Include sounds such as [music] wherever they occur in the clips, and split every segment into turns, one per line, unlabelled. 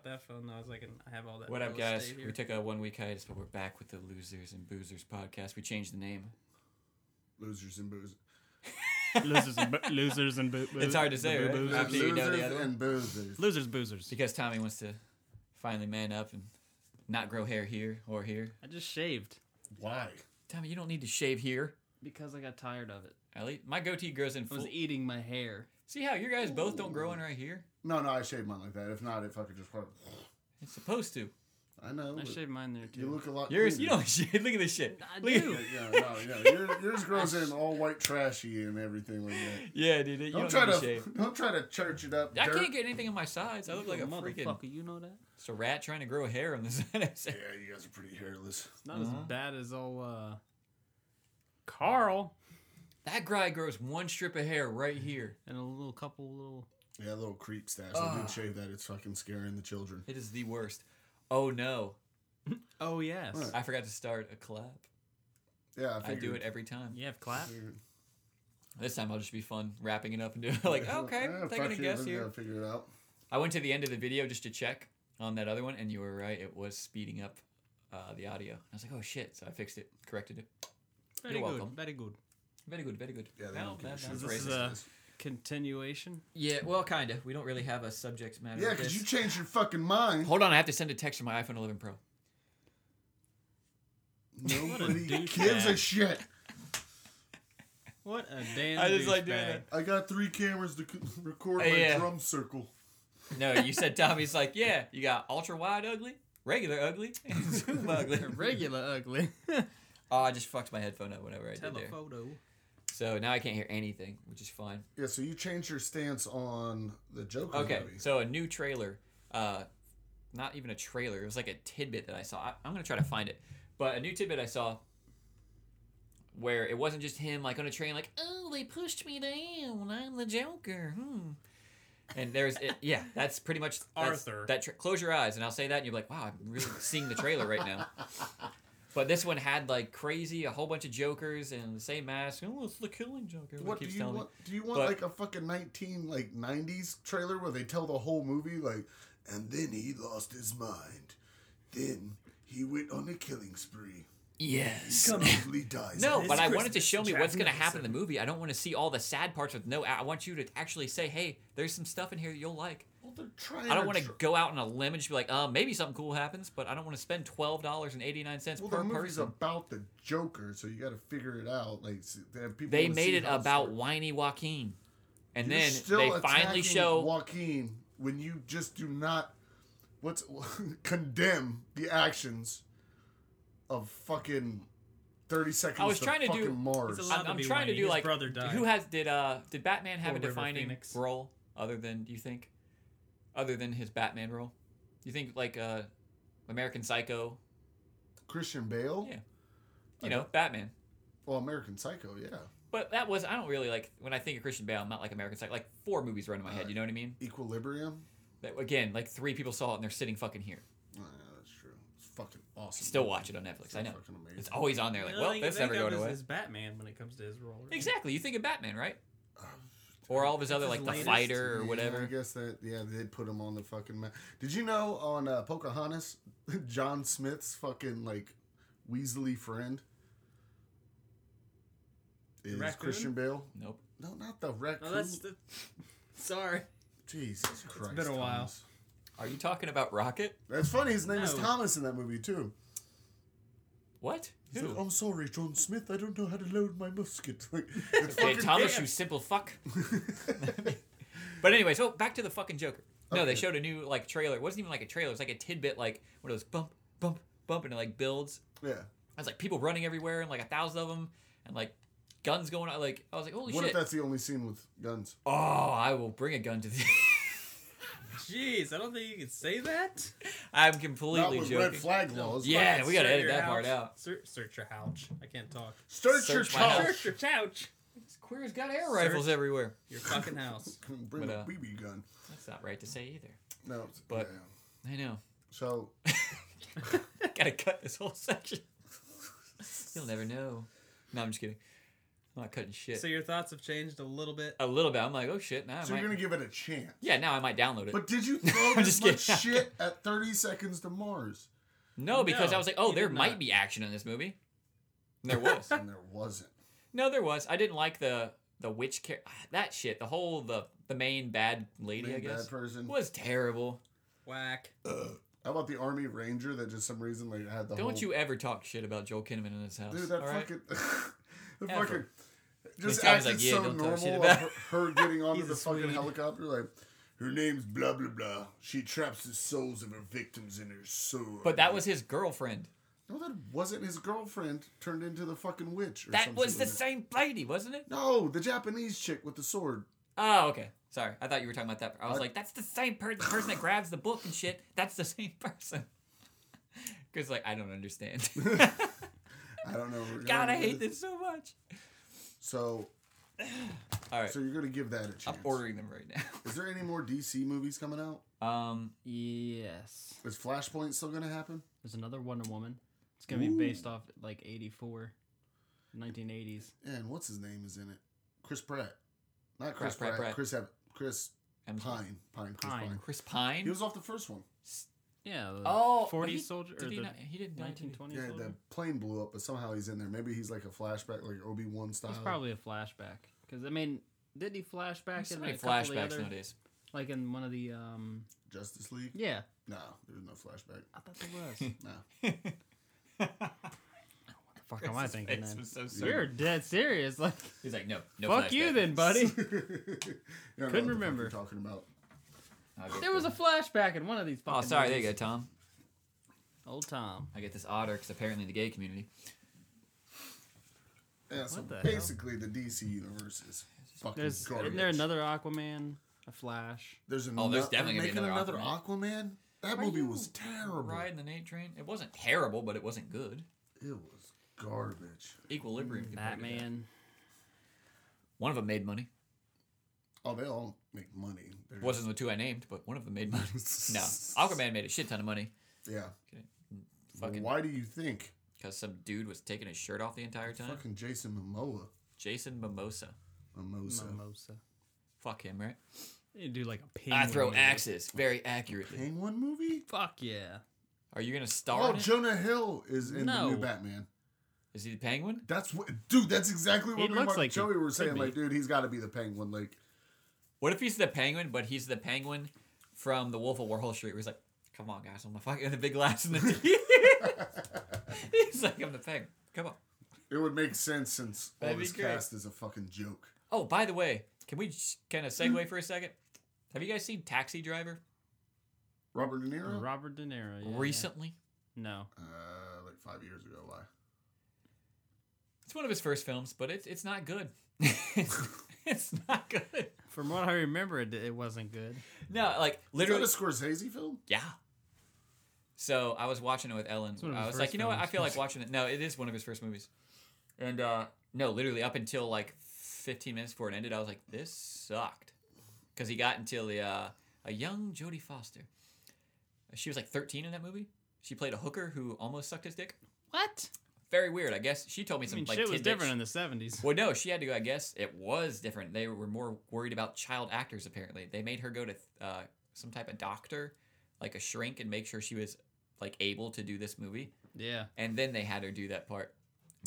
stuff, and I was like, I have all that.
What up,
real estate
guys?
here.
We took a one week hiatus, but we're back with the Losers and Boozers podcast. We changed the name.
Losers and boozers.
losers
[laughs]
and bo- losers and boo- boo-
It's hard to say,
the
right?
boo- boozers.
After you know the
Losers
other one.
and boozers.
Losers, boozers.
Because Tommy wants to finally man up and not grow hair here or here.
I just shaved
Why?
Tommy, you don't need to shave here.
because I got tired of it.
Ellie, my goatee grows in
I
full.
was e- eating my hair.
See how you guys both don't grow in right here?
No, no, I shave mine like that. If not, if I could just part.
It's supposed to.
I know.
I
but
shaved mine there too.
you look a lot.
Yours, you
cleaner.
don't [laughs] shave. Look at this shit.
I
Look at-
do.
Yeah, no, yeah. [laughs] Yours, yours grows in all white trashy and everything like that.
[laughs] Yeah, dude. You
Don't,
don't,
try
need
to
to shave.
[laughs] don't try to church it up.
I
dirt.
can't get anything in my sides. I look
You
like a
motherfucker.
freaking
You know that?
it's a rat trying to grow hair on the [laughs]
Yeah,
side.
you guys are pretty hairless.
It's not
Uh-huh.
as bad as old uh, Carl
that guy grows one strip of hair right here.
and a little couple little.
Yeah, little creep stash.
Ah.
I did shave that. It's fucking scaring the children.
It is the worst. Oh no,
Oh yes,
What?
I forgot to start a clap.
Yeah,
I
I,
do it
figured.
every time.
you have clap.
This time I'll just be fun wrapping it [laughs] up and doing
[laughs]
like, okay,
Yeah,
taking
fuck
a
you,
guess
we
here.
gotta Figure it out.
I went to the end of the video just to check on that other one, and you were right. It was speeding up uh, the audio. I was like, oh shit. So I fixed it, corrected it.
Very
You're
good.
welcome.
Very good.
Very good, very good.
Yeah, they
Well,
don't give a
that-
shit. uh,
that's
This is
racist.
a- Continuation.
Yeah, well, kind of. We don't really have a subject matter.
Yeah,
with
because
this.
you changed your fucking mind.
Hold on, I have to send a text to my iPhone 11 Pro.
Nobody
douchebag.
gives a shit.
What
[laughs]
a damn.
I just like
douchebag.
doing that.
I got three cameras to c- [laughs] record my
Yeah.
drum circle.
No, you said Tommy's like, yeah, you got ultra wide ugly, regular ugly, and zoom ugly.
[laughs]
[laughs]
Regular ugly.
Oh, I just fucked my headphone up whenever I did there.
Telephoto.
So now I can't hear anything, which is fine.
Yeah, so you changed your stance on the Joker
Okay,
movie.
so a new trailer. Uh, not even a trailer. It was like a tidbit that I saw. I, I'm gonna try to find it, but a new tidbit I saw where it wasn't just him like on a train, like oh they pushed me down. I'm the Joker. Hmm. And there's it, yeah, that's pretty much that's-
Arthur.
That tra- close your eyes and I'll say that and you're like, wow, I'm really seeing the trailer right now. But this one had like crazy, a whole bunch of jokers and the same mask. Oh, it's the Killing Joker. everybody
What do
keeps
you
telling me.
want? Do you want
But-
like a fucking nineteen like nineties trailer where they tell the whole movie like, and then he lost his mind, then he went on a killing spree,
Yes.
completely dies.
No,
And
but
it's
I wanted to
Christmas,
show me
Jack
what's going to
Nicholson.
happen in the movie. I don't want to see all the sad parts with no. I want you to actually say, "Hey, there's some stuff in here that you'll like."
well, they're trying
I don't want to
tr-
go out on a limb and just be like, "Uh, maybe something cool happens," but I don't want to spend twelve dollars and eighty nine cents
Well,
per
the movie's
person.
about the Joker, so you got to figure it out. Like s- they have people.
They
to
made
see
it
how
about
story-
whiny Joaquin, and
You're
then
still
they finally
attacking
show.
Joaquin when you just do not what's [laughs] condemn the actions of fucking thirty seconds.
I was
to
trying to do-
fucking Mars.
It's a lot-
I'm,
to
I'm
be
trying to
whiny.
do
His
like
brother died.
who has did uh did Batman have
Poor
a
River
defining
Phoenix.
role other than do you think other than his Batman role? Do you think like uh American Psycho?
Christian Bale.
Yeah. You know, Batman.
Well, American Psycho. Yeah.
But that was I don't really like when I think of Christian Bale, I'm not like American Psycho. Like four movies run in my head. You know what I mean?
Equilibrium.
That, again, like three people saw it and they're sitting fucking here.
Oh, yeah, that's true. It's fucking awesome.
Still watch it on Netflix.
So
I know
fucking amazing.
it's always on there. Like, well, that's never going away.
Is Batman when it comes to his role?
Exactly. You think of Batman, right? Or all of his other
his
like the
latest.
fighter or
Yeah, I
whatever.
guess that yeah they did put him on the fucking map. Did you know on uh, Pocahontas, [laughs] John Smith's fucking like Weasley friend is
raccoon?
Christian Bale?
Nope.
No, not the raccoon.
No, that's the. Sorry.
Jesus Christ!
been a while.
Thomas.
Are you talking about Rocket?
That's funny. His name is
No.
Thomas in that movie too.
What?
He's like,
Who?
I'm sorry, John Smith. I don't know how to load my musket. [laughs] Like, it's
Okay,
fucking-
Thomas, you simple fuck. but anyway, so back to the fucking Joker. No, they
Okay.
showed a new like trailer. It wasn't even like a trailer. It was like a tidbit, like one of those bump, bump, bump, and it like builds.
yeah.
I was like people running everywhere and like a thousand of them and like guns going out. Like I was like, holy
What
shit!
if that's the only scene with guns?
oh, I will bring a gun to the. [laughs]
Jeez, I don't think you can say that.
I'm
Not
completely
with
joking.
red flag laws.
Yeah, we gotta
Search
edit
your
that part
house.
out.
Search, search your couch. I can't talk.
Search, your
Search my house.
child.
Search your couch.
These queers got air rifles everywhere.
Your fucking [laughs] house.
Bring
But,
a
uh,
BB gun.
That's not right to say either.
No, it's-
But-
yeah.
I know. [laughs]
so
[laughs] Gotta cut this whole section. You'll never know. No, I'm just kidding. I'm not cutting shit.
So your thoughts have changed a little bit.
a little bit. I'm like, oh shit, now I
So
might.
you're gonna give it a chance.
Yeah, now I might download it.
But did you throw
[laughs] I'm
this
just
much
kidding. [laughs]
shit at 30 seconds to Mars?
no, because
No,
I was like, oh,
you
there
did
might
not.
be action in this movie. And there was.
And there wasn't.
no, there was. I didn't like the the witch char- that shit. The whole the the main bad lady,
Main
I guess,
bad person.
was terrible.
Whack.
How about the Army Ranger that just some reason like had the whole...
Don't you ever talk shit about Joel Kinnaman in his house.
Dude, that
all right?
fucking... [laughs] the
Ever.
fucking... Just
Tom's
acted
like, yeah,
so
don't
normal
talk shit
of
about-
her, her
[laughs]
getting onto
He's a
the fucking
Swede.
helicopter like, her name's blah blah blah. She traps the souls of her victims in her sword.
But
[laughs]
that was his girlfriend.
No, that wasn't his girlfriend turned into the fucking witch or
That
some
was
shit
the
like
same lady, wasn't it?
that. No, the Japanese chick with the sword.
Oh, okay. Sorry, I thought you were talking about that. I was
I-
like, that's the same person. The person that grabs the book and shit. That's the same [laughs] person. Because like I don't
[laughs]
understand. [laughs]
I don't know. we're
God,
going
I
with
hate this so much.
So,
All right,
so you're gonna give that a chance.
I'm ordering them right now.
Is there any more DC movies coming out?
Um,
Yes.
Is Flashpoint still gonna happen?
There's another Wonder Woman. It's gonna be based off like 84, 1980s.
And what's his name is in it? Chris Pratt. Not Chris
Pratt, Pratt,
Pratt.
Pratt.
Chris Ev- Chris
I'm
Pine. Pine. Chris Pine.
Pine.
Chris
He
Pine.
was off the first one.
Yeah. The
Oh,
40
he-
soldier or
Did he
the
not? He didn't. die, did he?
1920s
Yeah,
soldier.
the plane blew up, but somehow he's in there. Maybe he's like a flashback, like Obi Wan style.
It's probably a flashback. Because I mean, did he flashback
There's so
in
many
a couple of the
flashbacks
other-
[laughs] nowadays.
like in one of the um?
Justice League.
Yeah,
No, there's no flashback. [laughs]
I thought there
[laughs]
was.
No.
Fuck am I
His
thinking
face
then?
was so
We
serious.
were dead serious. Like,
He's like, no, no.
fuck you
flashback.
then, buddy.
You don't know what the fuck
Couldn't
you're
remember.
talking about.
I'll [laughs] get
There was a
this.
flashback in one of these.
Oh,
fucking
sorry. There you
movies.
go, Tom.
Old Tom.
I get this otter because apparently in the gay community.
Yeah, so
What the hell?
basically the DC universe is fucking
There's
garbage.
isn't there another Aquaman, a Flash.
There's another.
Oh, there's definitely gonna be
making
another
Aquaman. That
Are
movie
you
was terrible.
Ride in the Nate train. It wasn't terrible, but it wasn't good.
It was garbage.
Equilibrium. compared to that.
Batman.
One of them made money.
Oh, they all make money. They're
Wasn't the two I named, but one of them [laughs] made money. no, Aquaman made a shit ton of money.
just- yeah.
Fucking
Why do you think
because some dude was taking his shirt off the entire time.
fucking Jason Momoa,
Jason Mimosa.
Mimosa,
Mimosa.
Fuck him, right?
You do like a pig.
I throw axes very accurately.
Penguin movie?
Fuck yeah.
Are you gonna
Oh,
star? in it?
Jonah Hill is in the
No.
new Batman.
Is he the Penguin?
That's what, dude. That's exactly what
He
me
looks
and Mark
like he
Joey were
could
saying.
be.
Like, dude, he's got to be the Penguin. Like, [laughs]
What if he's the Penguin, but he's the Penguin from The Wolf of Warhol Street? Where he's like, "Come on, guys, I'm the fucking [laughs] the big glass in the teeth." [laughs] he's like, "I'm the Penguin. Come on."
it would make sense since all
That'd be
this
great.
cast is a fucking joke.
Oh, by the way, can we just kind of segue for a second? Have you guys seen Taxi Driver
Robert De Niro,
Robert De Niro. Yeah,
recently?
Yeah. No.
uh, like five years ago. Why?
It's one of his first films, but it's it's not good. [laughs] it's not good.
From what I remember, it, it wasn't good.
No, like
Is
literally.
that a Scorsese film?
Yeah. So I was watching it with Ellen.
one of his
I was like,
first
you know what? I
films.
feel like watching it. No, it is one of his first movies. And uh no, literally up until like 15 minutes before it ended, I was like, this sucked. Because he got until the uh, a young Jodie Foster. She was like 13 in that movie. She played a hooker who almost sucked his dick.
What?
Very weird. I guess she told me
I
some
mean,
like
shit was
tidbits.
different in the '70s.
Well, no, she had to go. I guess it was different. They were more worried about child actors. Apparently, they made her go to uh, some type of doctor, like a shrink, and make sure she was like able to do this movie.
Yeah.
And then they had her do that part.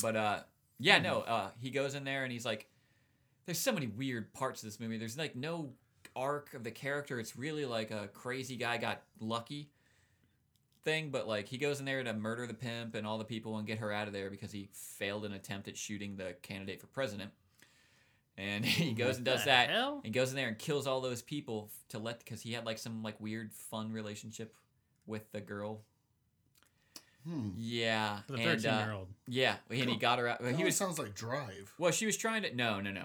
But uh, yeah, no,
Mm-hmm.
uh, he goes in there and he's like, "There's so many weird parts of this movie. There's like no arc of the character. It's really like a crazy guy got lucky." thing but like he goes in there to murder the pimp and all the people and get her out of there because he failed an attempt at shooting the candidate for president and [laughs] he goes and does
the
that
hell?
and uh, goes in there and kills all those people f- to let because he had like some like weird fun relationship with the girl
Hmm.
yeah
The
and, uh,
thirteen-year-old.
yeah and he got her out
That
he was
sounds like Drive.
well she was trying to no no no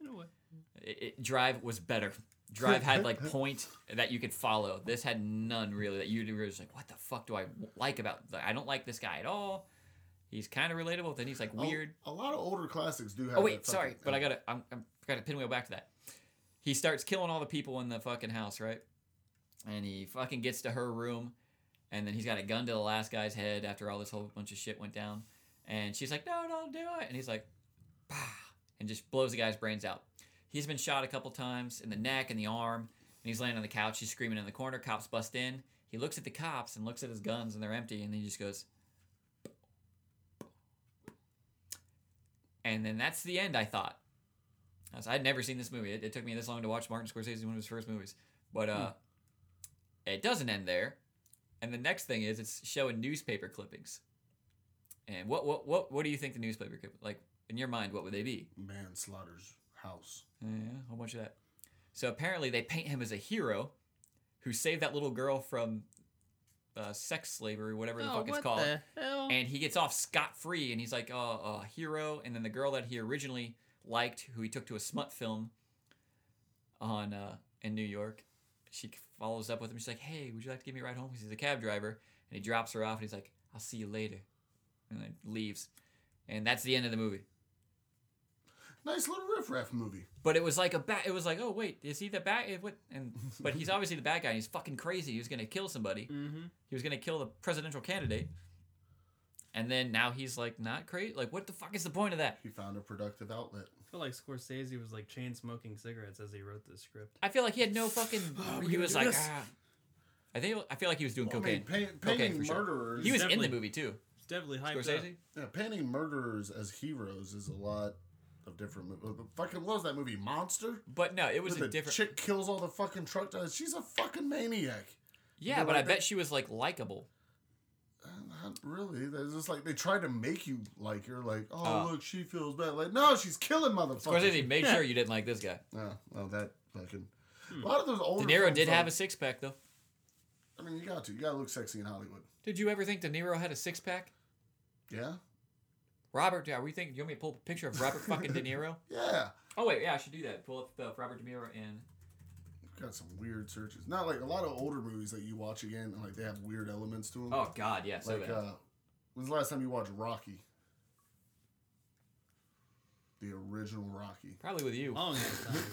You know what?
it, it- drive was better drive had like point that you could follow this had none really that you were just like what the fuck do i like about the, i don't like this guy at all he's kind of relatable but then he's like
A-
weird
A, lot of older classics do have.
oh
that
wait
fucking-
sorry but i gotta i'm, I'm gotta pinwheel back to that he starts killing all the people in the fucking house right and he fucking gets to her room and then he's got a gun to the last guy's head after all this whole bunch of shit went down and she's like no don't do it and he's like bah. and and just blows the guy's brains out. He's been shot a couple times in the neck and the arm, and he's laying on the couch. He's screaming in the corner. Cops bust in. He looks at the cops and looks at his guns, and they're empty. And he just goes, and then that's the end. I thought. I was- I'd never seen this movie. It, it took me this long to watch Martin Scorsese, one of his first movies, but uh, it doesn't end there. And the next thing is it's showing newspaper clippings. And what what what what do you think the newspaper clip like in your mind? What would they be?
Manslaughter's house.
Uh, yeah, a whole bunch of that. So apparently they paint him as a hero who saved that little girl from uh, sex slavery, whatever
Oh,
the
Oh,
fuck it's called.
hell?
And he gets off scot free, and he's like a uh, a hero. And then the girl that he originally liked, who he took to a smut film on uh, in New York, she follows up with him. She's like, "Hey, would you like to give me a ride home?" 'Cause He's a cab driver, and he drops her off, and he's like, "I'll see you later," and then leaves. And that's the end of the movie.
Nice little riffraff movie.
But it was like a bat. It was like, oh wait, is he the bad? eh, What? And but he's obviously the bad guy. And he's fucking crazy. He was gonna kill somebody.
Mhm.
He was gonna kill the presidential candidate. And then now he's like not crazy. Like what the fuck is the point of that?
He found a productive outlet.
I feel like Scorsese was like chain smoking cigarettes as he wrote this script.
I feel like he had no fucking.
Oh, we
he
can
was
do
like,
this.
ah. I think I feel like he was doing
I mean,
cocaine.
pan-
Cocaine,
painting
for sure.
murderers.
he was in
Definitely.
the movie too.
It's definitely hyped up.
Scorsese.
yeah, painting murderers as heroes is a lot of different. Mo- uh, fucking loves that movie, Monster.
But no, it was
Where
a
the
different.
chick kills all the fucking truck drivers. She's a fucking maniac.
yeah,
They
but I
like
bet
that?
she was like likable.
Uh, Not really. They're just like they try to make you like her. Like, oh
Oh.
look, she feels bad. Like, no, she's killing motherfuckers.
Scorsese made sure you didn't like this guy.
Oh, well, that fucking. A lot of those
Hmm. De
older.
Niro
films,
did have
though-
a six pack though.
I mean, you got to. You got to look sexy in Hollywood.
Did you ever think De Niro had a six pack?
Yeah.
Robert, are we thinking? You want me to pull up a picture of Robert fucking De Niro?
Yeah.
Oh wait, yeah, I should do that. Pull up the Robert De Niro and
Got some weird searches. Not like a lot of older movies that you watch again, and like they have weird elements to them.
oh god, yeah, so
like
bad.
uh, when's the last time you watched Rocky? The original Rocky.
Probably with you.
Long ass [laughs] time ago.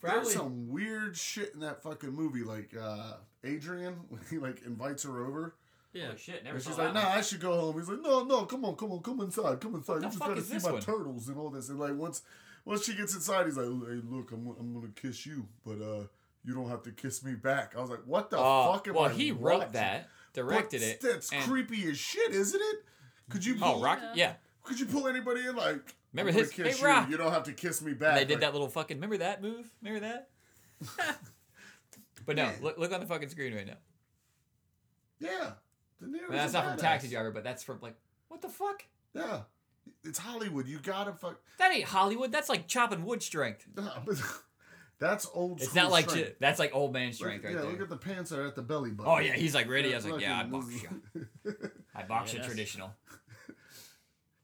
Probably.
There's some weird shit in that fucking movie. Like uh, Adrian, [laughs] when he like invites her over,
Yeah.
Holy Oh, shit, never
and
saw
she's
that.
like, "Nah, I should go home." He's like, "No, no, come on, come on, come inside, come inside.
the
you just
fuck
gotta
is
see
this
my
one?"
turtles and all this." And like once, once she gets inside, he's like, "Hey, look, I'm, I'm gonna kiss you, but uh, you don't have to kiss me back." I was like, "What the
Oh,
fuck?" Am
well,
I
he wrote
watching?"
that,
But
directed it.
That's
and-
creepy as shit, isn't it? Could you?
Oh, Rock,
Yeah.
yeah.
Could you pull anybody in? Like,
Remember
I'm gonna
his-
kiss
Hey,
you.
Rock.
You don't have to kiss me
And
back.
they did
Like,
that little fucking. Remember that move? Remember that? [laughs] but no,
Yeah.
look, look on the fucking screen right now.
Yeah, De Niro's
that's
a
not from Taxi
badass.
Driver, but that's from like what the fuck?
Yeah, it's Hollywood. You gotta fuck. [laughs]
That ain't Hollywood. That's like chopping wood strength.
Nah, but that's old.
It's
school
not like
strength.
shit. that's like old man
Look-
strength right
yeah,
there.
look at the pants that are at the belly button.
Oh yeah, he's like ready. I
Yeah,
was like, yeah, I box
fucking-
you. I box you
Yeah, that's-
traditional.
[laughs]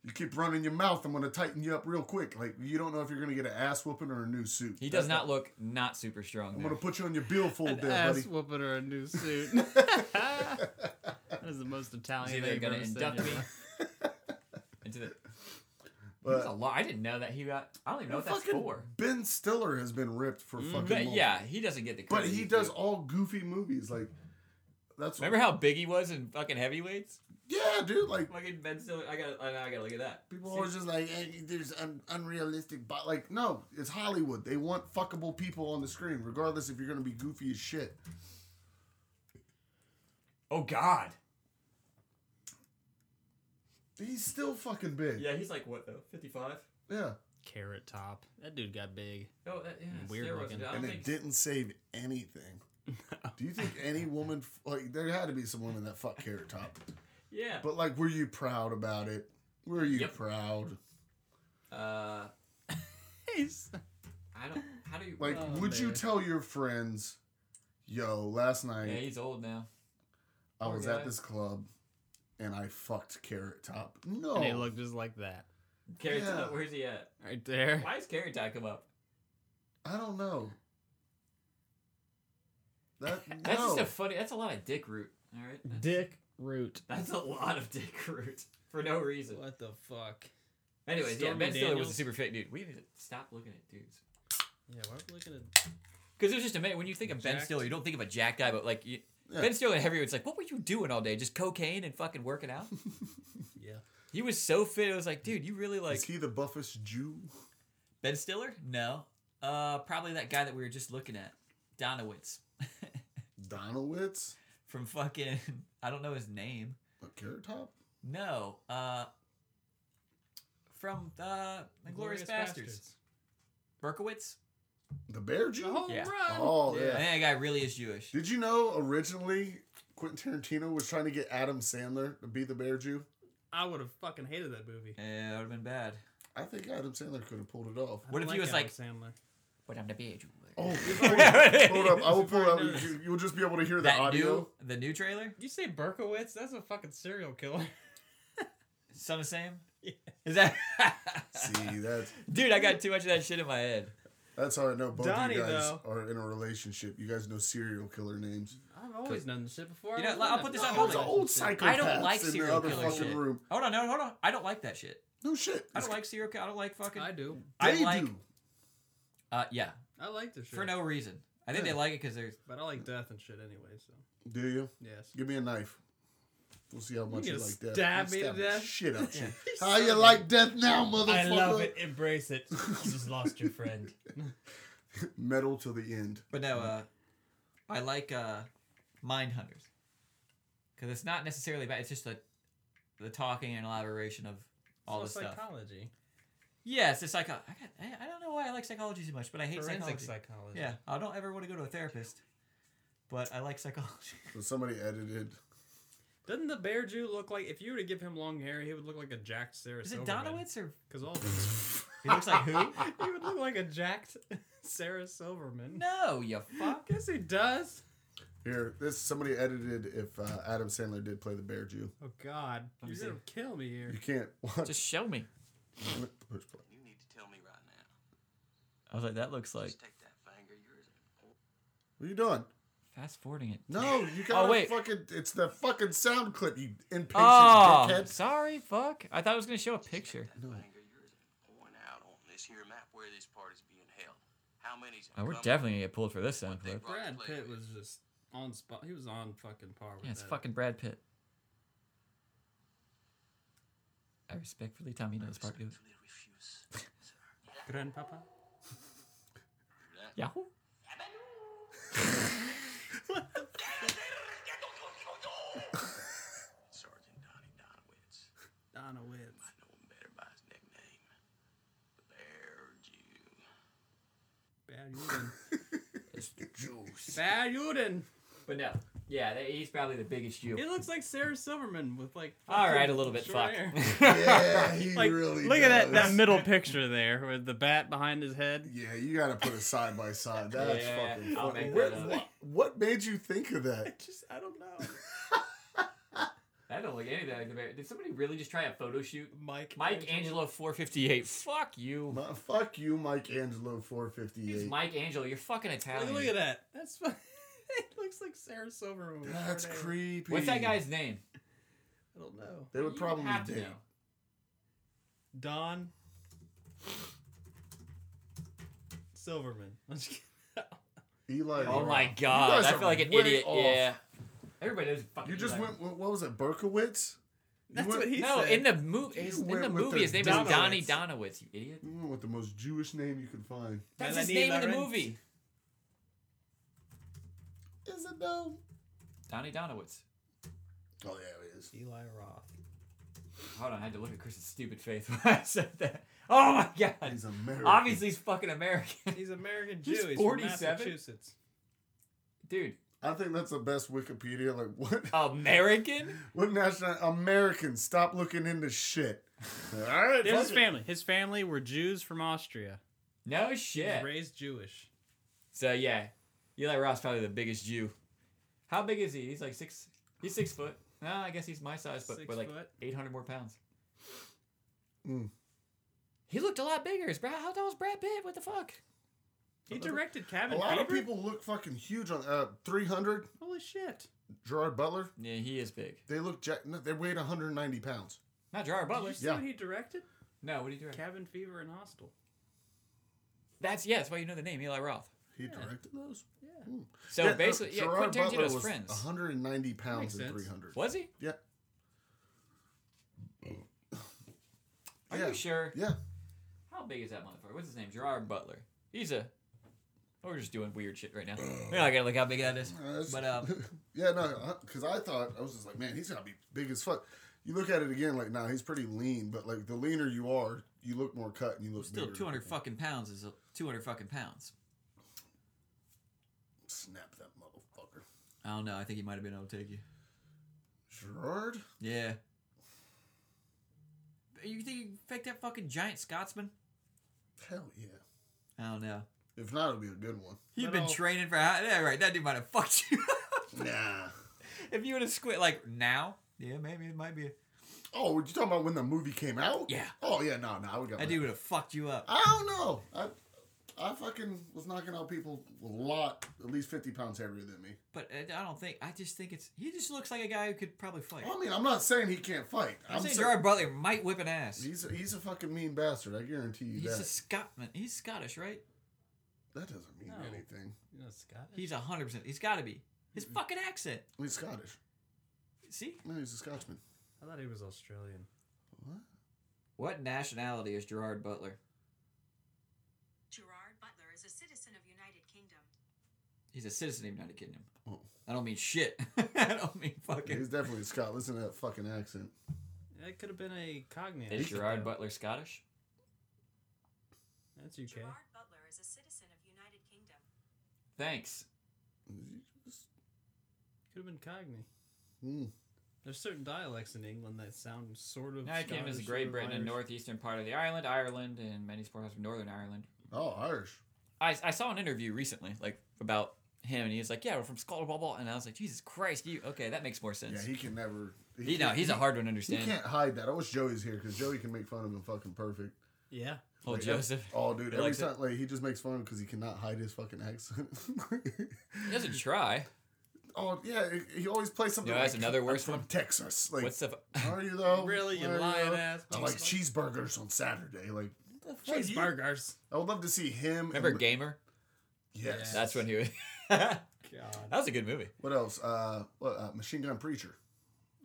You keep running your mouth. I'm gonna tighten you up real quick. Like you don't know if you're gonna get an ass whooping or a new suit.
He does
That's
not look not super strong.
I'm
there. [laughs]
gonna put you on your billfold there, buddy.
ass whooping or a
[laughs]
new suit. that is the most
He's
Italian
either
thing
gonna
I've ever
induct me [laughs]
said.
into the. That's a
But
lot. I didn't know that he got. I don't even know what that's
fucking
for.
Ben Stiller has been ripped for fucking.
But
months.
yeah, he doesn't get the.
but
credit
he
he's
does
due.
all goofy movies. Like that's
Remember how big he was in fucking heavyweights?
yeah, dude. Like
Fucking Ben Stiller. I got. I, I gotta look at that.
people
See,
always just like eh, there's un- unrealistic. But like no, it's Hollywood. They want fuckable people on the screen, regardless if you're gonna be goofy as shit.
oh God.
He's still fucking big.
Yeah, he's like what though? Fifty-five.
yeah.
Carrot top. That dude got big.
Oh, that, yeah,
Weird
steroids,
looking.
dude. I
and
don't
it
think.
didn't save
[laughs]
anything. Do you think any woman f- like there had to be some women that fuck carrot top?
yeah.
But like, were you proud about it? Were you
Yep.
proud?
Uh,
[laughs]
He's
I don't. How do you?
Like,
Oh,
would you
man.
tell your friends, "Yo, last night
yeah, he's old now.
I
poor
was
guy.
at this club and I fucked carrot top"? No,
and he looked just like that.
Carrot
Yeah.
Top, where's he at?
Right there.
Why is Carrot Top come up?
I don't know. That
[laughs] That's
no.
just a funny. That's a lot of dick root. All right. That's,
Dick root.
that's a lot of dick root for no reason.
What the fuck?
Anyways, yeah,
Stormy
Ben Stiller was a
Daniels?
super fit dude. We need to stop looking at dudes.
Yeah, why are we looking at
Because there's just a man when you think of Ben
Jacked.
Stiller, you don't think of a jack guy, but like you,
Yeah. [laughs]
Ben Stiller and Heavyweight, it's like, what were you doing all day? Just cocaine and fucking working out?
Yeah.
He was so fit. I was like, dude, you really like
Is he the buffest Jew?
Ben Stiller? No. Uh, probably that guy that we were just looking at, Donowitz, [laughs]
Donowitz?
from fucking [laughs] I don't know his name.
A carrot top?
No. Uh, from uh, the Glorious Bastards. Berkowitz.
The bear Jew?
Home
Yeah.
run.
Oh,
I think
yeah.
that guy really is Jewish.
Did you know originally Quentin Tarantino was trying to get Adam Sandler to be the bear Jew?
I would have fucking hated that movie.
Yeah, that would have been bad.
I think Adam Sandler could have pulled it off.
I
What
don't
if he was
Adam
like-
Sandler?
But I'm the bear Jew.
Oh,
Hold
hold up. I will pull it up.
Notice.
You- You'll just be able to hear the
that
audio.
new the new trailer.
You say Berkowitz? That's a fucking serial killer.
Some the same.
Yeah.
Is that?
[laughs] See, that's,
[laughs] Dude, I got too much of that shit in my head.
that's how I know both
Donnie,
of you guys
though.
are in a relationship. You guys know serial killer names.
I've always known this shit before.
You
I
know,
was "Oh,
I'll
in
put
a
this on
fucking
hold.
Those are Oh, old psychopaths
I don't like
in the
serial
other
killer
fucking
shit.
room.
Hold on, no, hold on. I don't like that shit.
No shit.
I don't like serial. kill- I don't like fucking.
I do.
I
They
like-
do.
Uh, yeah,
I like this shit.
for no reason. I think
Yeah.
they like it because there's.
But I like death and shit anyway, so.
Do you?
[laughs]
Yes.
Give me a knife. We'll see how much you,
gonna
like death.
stab
I'll
me to
the
death?
Shit out
[laughs]
you.
He's
How you
so
like death now, motherfucker?
I love it. Embrace
[laughs]
it. You just lost your friend.
Metal to the end.
But no, uh, I like uh, Mind Hunters because it's not necessarily bad. It's just the the talking and elaboration of all
It's
the
all
stuff.
psychology.
Yeah, it's the psycho. I, got, I, I don't know why I like psychology so much, but I hate
Forensic
psychology.
psychology.
Yeah, I don't ever want to go to a therapist, but I like [laughs] psychology.
So somebody edited.
Doesn't the bear Jew look like if you were to give him long hair, he would look like a jacked Sarah
Is it
Silverman?
Donowitz or
Because all [laughs]
he looks like who?
he would look like a jacked [laughs] Sarah Silverman.
[laughs] No, you fuck.
Yes, he does.
Here, this somebody edited if uh, Adam Sandler did play the bear Jew.
Oh God,
me
you're
see.
gonna kill me here.
You can't [laughs] watch.
Just show me.
Push play.
You need to tell me right now.
I was like, that looks like
Just take that finger of yours and pull
What are you doing?
fast forwarding it. [laughs]
No, you gotta
Oh, wait.
fucking. It's the fucking sound clip. You impatient
Oh, [laughs]
dickhead.
sorry, fuck. I thought I was gonna show a picture.
that finger of yours and point out on this here map where this party's being held. How many's
Oh, we're
come-
definitely gonna get pulled for this sound clip.
Right,
Brad
play
Pitt
with
was just on spot. He was on fucking par with
Yeah, it's
that.
fucking Brad Pitt. I respectfully tell him you know this part. Dude.
Respectfully refuse.
Grandpapa.
Yahoo.
Sergeant Donnie Donowitz.
Donowitz.
I know him better by his nickname. The Bear Jew.
Bad Uden.
Juice.
Bad Uden.
But no, yeah, that- he's probably the biggest
He
you.
looks like Sarah Silverman with like.
All
fucking
right, a little bit.
short
Fuck.
hair.
[laughs]
[laughs] Yeah, he
Like,
really.
look at that, that
does.
middle
[laughs]
picture there with the bat behind his head.
Yeah, you gotta put it side by side. That's
Yeah,
fucking.
I'll
funny.
make
Where-
that up.
what, what made you think of that?
Just I don't know.
That don't look anything like the bear. Did somebody really just try a photo shoot?
Mike.
Mike Angelo 458. Fuck you.
My, fuck you, Mike Angelo, four fifty
He's
eight.
Mike Angelo. You're fucking
Look,
Italian.
look at that. That's. fu- [laughs] it looks like Sarah Silverman. with
That's
short hair.
creepy.
What's that guy's name?
I don't know.
They would
You
probably
have to
date.
know.
Don Silverman. [laughs] I'm just kidding.
Eli.
Oh
Roth.
my
You
god,
guys
I
are
feel like an
way
idiot.
off.
Yeah. Everybody knows fucking
You just
Eli.
went. What what was it? Berkowitz. You
That's
went,
what he
No,
said.
in the movie,
You
in
went
the
with
movie,
the
his name is Donnie Donowitz. You idiot.
you went with the most Jewish name you could find.
That's his
Melanie
name in the
Laurent.
movie.
Is it though?
Donnie Donowitz.
Oh yeah, it is.
Eli Roth.
Hold on, I had to look at Chris's stupid face [laughs] when I said that. Oh my god.
He's American.
Obviously, he's fucking American, [laughs]
He's American Jew.
He's
He's, from
47?
Massachusetts.
dude.
I think that's the best Wikipedia. Like [laughs] what?
American.
What national? American. Stop looking into shit. All right.
There's his
fuck it.
family. His family were Jews from Austria.
No
He was
shit.
raised Jewish.
So yeah, Eli Roth's probably the biggest Jew. How big is he? He's like six. He's six foot. No, I guess he's my size, but
Six
but like
foot.
eight hundred more pounds.
Mm.
He looked a lot bigger. Is Brad, how tall is Brad Pitt? What the fuck?
He directed Cabin
A lot
Fever.
of people look fucking huge on uh, 300.
Holy shit!
Gerard Butler.
Yeah, he is big.
They look. Jack- no, they weighed 190 pounds.
Not Gerard
Did
Butler.
you see
Yeah.
what he directed?
No, what are you doing?
Cabin Fever and Hostel.
That's yeah. That's why you know the name Eli Roth.
He directed those.
Yeah.
So
Yeah, no,
basically, yeah,
Gerard
Quentin
Butler
Tarantino's
was
friends.
190
Makes
pounds and
sense.
300.
Was he?
Yeah.
Are
Yeah.
you sure?
Yeah.
How big is that motherfucker? What's his name? Gerard Butler. He's a. We're just doing weird shit
[clears throat]
right now. We're not gonna look how big that is.
Uh, that's-
But um,
[laughs] yeah, no, because I thought I was just like, man, he's gotta be big as fuck. You look at it again, like, nah, he's pretty lean, but like the leaner you are, you look more cut and you look
still
bigger.
two hundred fucking pounds is a two hundred fucking pounds.
Snap that motherfucker,
I don't know. I think he might have been able to take you.
Gerard.
Yeah. You think you can fake that fucking giant Scotsman?
Hell yeah.
I don't know.
If not, it'll be a good one.
You've
But
been
I'll-
training for how? Yeah, right. That dude might have [laughs] fucked you.
Nah.
if you would have squint like now, yeah, maybe it might be. A,
Oh, you talking about when the movie came out?
Yeah.
Oh yeah, no, no, I would go.
that dude would have fucked you up.
I don't know. I I fucking was knocking out people a lot, at least fifty pounds heavier than me.
But uh, I I don't think. I just think it's. He just looks like a guy who could probably fight.
I mean, I'm not saying he can't fight.
I'm, saying
saying-
Gerard Butler might whip an ass.
He's a, he's a fucking mean bastard. I guarantee you
He's
that.
a Scotman. He's Scottish, right?
That doesn't mean
No.
anything.
You know, Scott.
He's hundred percent. He's got to be. His fucking accent.
He's Scottish.
See.
No, he's a Scotsman.
I thought he was Australian.
What nationality is Gerard Butler?
Gerard Butler is a citizen of United Kingdom.
He's a citizen of the United Kingdom.
Oh.
I don't mean shit. [laughs] I don't mean fucking.
He's definitely a Scot. Listen to that fucking accent.
That could have been a Cogni.
Is Gerard
though.
Butler Scottish?
That's UK.
Gerard Butler is a citizen of United Kingdom.
Thanks.
Could have been Cogni.
Hmm.
There's certain dialects in England that sound sort of.
I came
Scottish,
as
sort
Great
of
Britain and
Irish.
northeastern part of the island, Ireland, and many parts of Northern Ireland.
Oh, Irish.
I, I saw an interview recently, like about him, and he was like, "Yeah, we're from Scotland, blah blah," and I was like, "Jesus Christ, you okay? That makes more
Yeah,
sense."
he can never.
he, no,
can't-
he's a
he-
hard one to
He
understand.
can't hide that. I wish Joey's here because Joey can make fun of him fucking perfect.
Yeah.
Oh,
Like,
Joseph.
Oh, dude.
He
Every
likes it.
time, like, he just makes fun of him because he cannot hide his
[laughs]
fucking accent. [laughs]
He doesn't try.
oh, yeah. he- He always plays something.
You know, that's
like,
another
"I'm
worse
from
one.
Texas. Like,
What's the? f-
are you though?
Really, you
Are
lying
though?
ass
I like
motherfucker.
cheeseburgers on Saturday. Like,
Cheeseburgers.
I would love to see him.
Remember
and-
Gamer?
Yes.
That's when he was. [laughs] that
God.
was a good movie.
What else? Uh, what, uh, Machine Gun Preacher.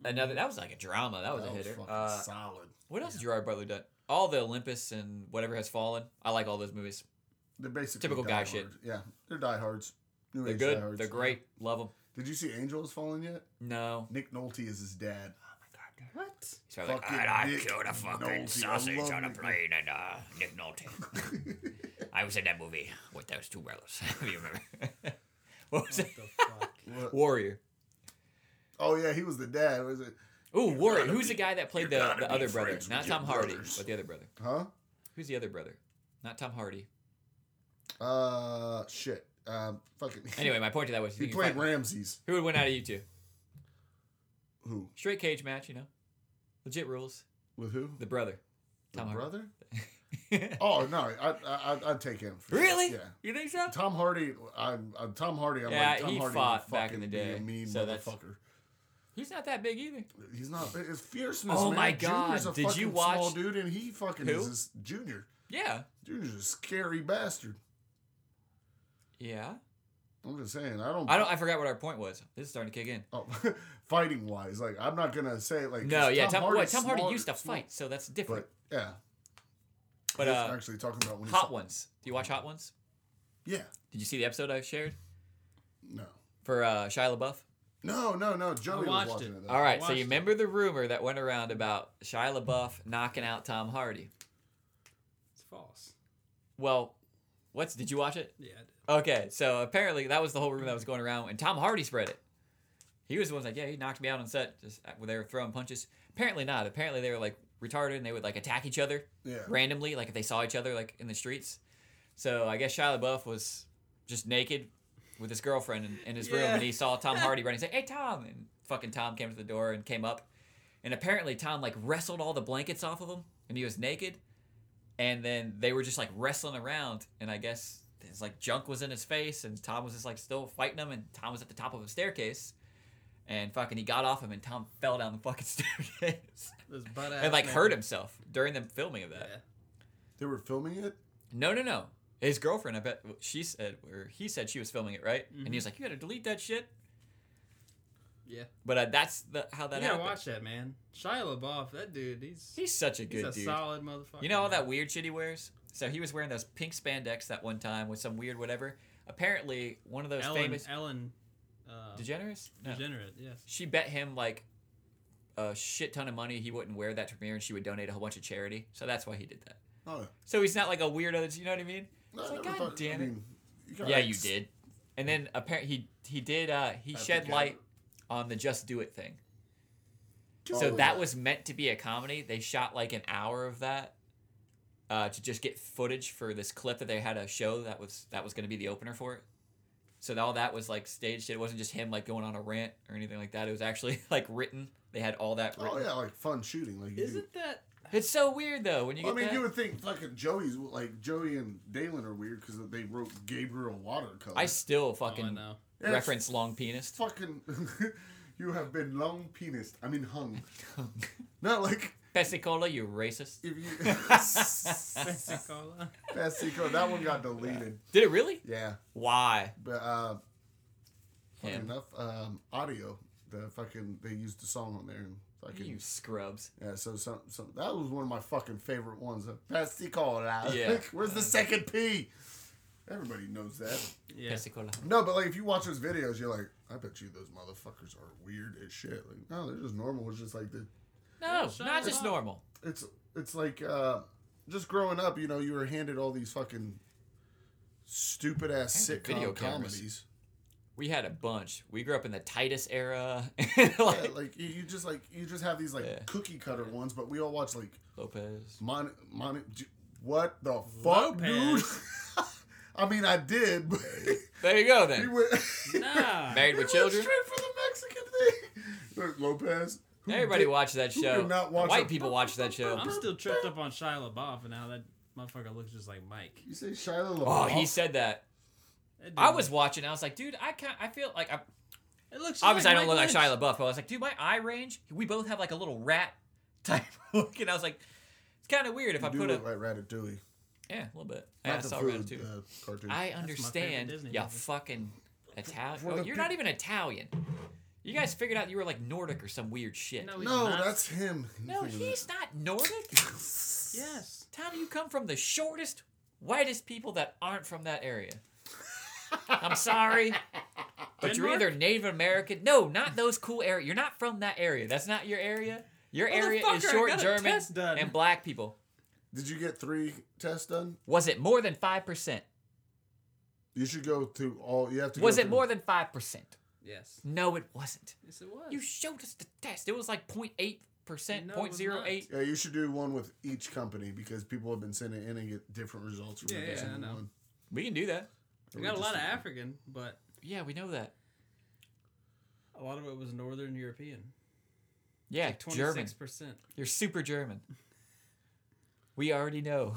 Another that was like a drama. That was a hitter.
fucking
Uh,
solid.
what else has Gerard Butler done? All the Olympus and whatever has fallen. I like all those movies.
They're basically
typical guy
diehard.
shit.
Yeah, they're diehards. New
They're
age
good.
diehards.
They're great. Love them.
Did you see Angel Has Fallen yet?
No.
Nick Nolte is his dad.
What?
He's probably like,
Fucking
"And I
Nick
killed a fucking
Nolte. I
sausage
love
on a
Nick Nolte."
plane and uh, Nick Nolte.
[laughs]
I was in that movie with those two brothers. [laughs] if you remember. what
What
was it?
the fuck?
What?
Warrior.
Oh yeah, he was the dad. Was it?
Ooh, Warrior.
gotta
Who's
be-
the guy that
you
played the,
gotta
the
be
other brother?
friends
Not
with your
Tom Hardy,
brothers.
but the other brother.
Huh?
Who's the other brother? Not Tom Hardy.
Uh, shit. Um, fucking.
Anyway, my point to that was
[laughs] he
you can
played
find-
Ramses.
who would win out of you two?
Who?
Straight cage match, you know. Legit rules.
With who?
The brother. [laughs]
The
Tom Hardy.
brother? oh no, I I I'd- I'd take him. for sure.
really?
Yeah.
You think so?
Tom Hardy, I'm, I'm Tom Hardy. I'm
Yeah,
like, Tom
he
Hardy would
fought back in
fucking
the
be a
day,
mean
so that's-
motherfucker.
He's not that big either.
He's not. It's fierceness.
Oh
man.
my
Junior's
God,
a
did you
fucking
watch-
Small dude, and he fucking
Who?
is this junior.
Yeah.
Junior's a scary bastard.
Yeah.
I'm just saying. I don't.
I don't. I forgot what our point was. This is starting to kick in.
[laughs] oh, [laughs] fighting wise, like I'm not gonna say like.
No,
'cause
yeah. Tom, Hardy,
Hardy's
Tom Hardy
small-
used to
small-
fight, so that's different.
but yeah.
But,
He's
uh,
actually talking about when
Hot
he's,
Ones. Do you watch Hot Ones?
Yeah.
Did you see the episode I shared
No.
for uh, Shia LaBeouf?
No, no, no. Joey was
watched
watching
it.
it. though.
All right. So
watched
you
it.
remember the rumor that went around about Shia LaBeouf knocking out Tom Hardy?
[laughs] It's false.
Well, what's? Did you watch it?
Yeah. I did.
Okay, so apparently that was the whole rumor that was going around, and Tom Hardy spread it. He was the one that's like, yeah, he knocked me out on set, just when they were throwing punches. Apparently not. Apparently they were like retarded, and they would like attack each other
Yeah.
randomly, like if they saw each other like in the streets. So I guess Shia LaBeouf was just naked with his girlfriend in, in his room,
Yeah.
and he saw Tom Hardy running. He's like, "Hey, Tom!" And fucking Tom came to the door and came up, and apparently Tom like wrestled all the blankets off of him, and he was naked. And then they were just like wrestling around, and I guess his like junk was in his face, and Tom was just like still fighting him, and Tom was at the top of a staircase. And fucking, he got off him, and Tom fell down the fucking [laughs] staircase,
This butt ass.
and like
man.
hurt himself during the filming of that.
Yeah.
They were filming it.
No, no, no. His girlfriend, I bet she said, or he said she was filming it, right? And he was like, "You gotta delete that
Mm-hmm.
shit."
Yeah.
But uh, that's the how that
you gotta
happened.
watch that, man. Shia LaBeouf, that dude, he's he's,
He's such a good
a
dude.
solid motherfucker.
You know all that weird shit he wears? So he was wearing those pink spandex that one time with some weird whatever. Apparently, one of those
Ellen,
famous
Ellen, uh,
degenerates. No.
degenerate, yes.
She bet him like a shit ton of money he wouldn't wear that to premiere, and she would donate a whole bunch of charity. So that's why he did that.
Oh,
So he's not like a weirdo. That's, you know what I mean?
no,
It's
I
like,
never
God
thought-
damn
I
it.
mean, got
yeah,
like
you
s-
did. And then apparently he he did uh he
That's
shed
okay.
light on the just do it thing.
Just
so
do
that
it.
was meant to be a comedy. They shot like an hour of that uh, to just get footage for this clip that they had a show that was that was going to be the opener for it. So all that was like staged. It wasn't just him like going on a rant or anything like that. It was actually [laughs] like written. They had all that written.
Oh yeah, like fun shooting. Like you do.
Isn't that
It's so weird though when you
Well, Oh.
get
I mean,
that.
you would think fucking Joey's like Joey and Dalen are weird because they wrote Gabriel watercolor.
I still
oh, I
fucking [laughs]
know.
Yeah, it's
reference long penis. [laughs]
Fucking, [laughs] you have been long penis. I mean hung. Not
[laughs]
like [laughs]
Pesicola, you racist.
if you.
[laughs]
Pensacola.
Pesico, that one got deleted.
Did it really?
Yeah,
Why?
but uh, funny
Him.
enough, um, audio. The fucking they used the song on there and fucking
You scrubs.
yeah. So some some that was one of my fucking favorite ones. Pesico. [laughs]
Yeah. Uh-huh.
Where's the second P? Everybody knows that.
Yeah.
Pesicola.
No, but like if you watch those videos, you're like, I bet you those motherfuckers are weird as shit. Like, no, they're just normal. It's just like the,
No,
shut
not just
up.
normal.
it's it's like uh, just growing up, you know, you were handed all these fucking stupid ass
Apparently
sitcom
video cameras. [laughs]
comedies.
we had a bunch. We grew up in the Titus era, [laughs]
Yeah,
like
like you, you just like you just have these like
Yeah.
cookie cutter ones, but we all watch like
Lopez.
mon mon. j- What the fuck, dude? [laughs]
Lopez.
I mean, I
[laughs]
did, but
There you go
we
then.
[laughs] went.
Nah.
[laughs] Married
we [laughs] went
with Children.
Straight for the Mexican thing. Lopez. who
Everybody
did-
watched that
who
show.
did not watch
White
a-
people watched that show.
[laughs]
I'm still tripped up on Shia LaBeouf and how that motherfucker looks just like Mike.
You say Shia LaBeouf?
Oh, he said that.
That dude-
I was watching. I was like, dude, I can I feel like I,
It looks just
obviously I don't look
Mike
like
Lynch.
Shia LaBeouf, but I was like, dude, my eye range. We both have like a little rat [laughs] type look, and I was like, it's kind of weird if
You
I
do
put
look
a
like Ratatouille.
yeah, a little bit.
Not
Yeah, I
the
saw
food,
Ratatouille too.
uh, cartoon.
I
my favorite
understand.
Disney
You
movie.
fucking Italian.
for the
you're not
peop-
even Italian. You guys figured out you were like Nordic or some weird shit.
No, he's
no,
not.
that's him.
No,
thinking of
he's not Nordic.
Yes.
Tommy, you come from the shortest, whitest people that aren't from that area.
[laughs]
I'm sorry, but you're
Denmark?
either Native American. No, not those cool area. You're not from that area. That's not your area. Your area is
Motherfucker, I
short
got a
German
test done.
and black people.
that. Did you get three tests done?
Was it more than five percent?
You should go through all. You have to.
Was
go
it
through-
more than five percent?
Yes.
No, it wasn't.
Yes, it was.
You showed us the test. It was like 0.8 percent,
No, it was
0.08.
Yeah, you should do one with each company because people have been sending in and get different results from
Yeah,
every
yeah, I
single
know.
one.
We can do that.
we got a lot of African, but
Yeah, we know that.
a lot of it was Northern European.
Yeah, German.
Twenty-six percent.
You're super German. We already know.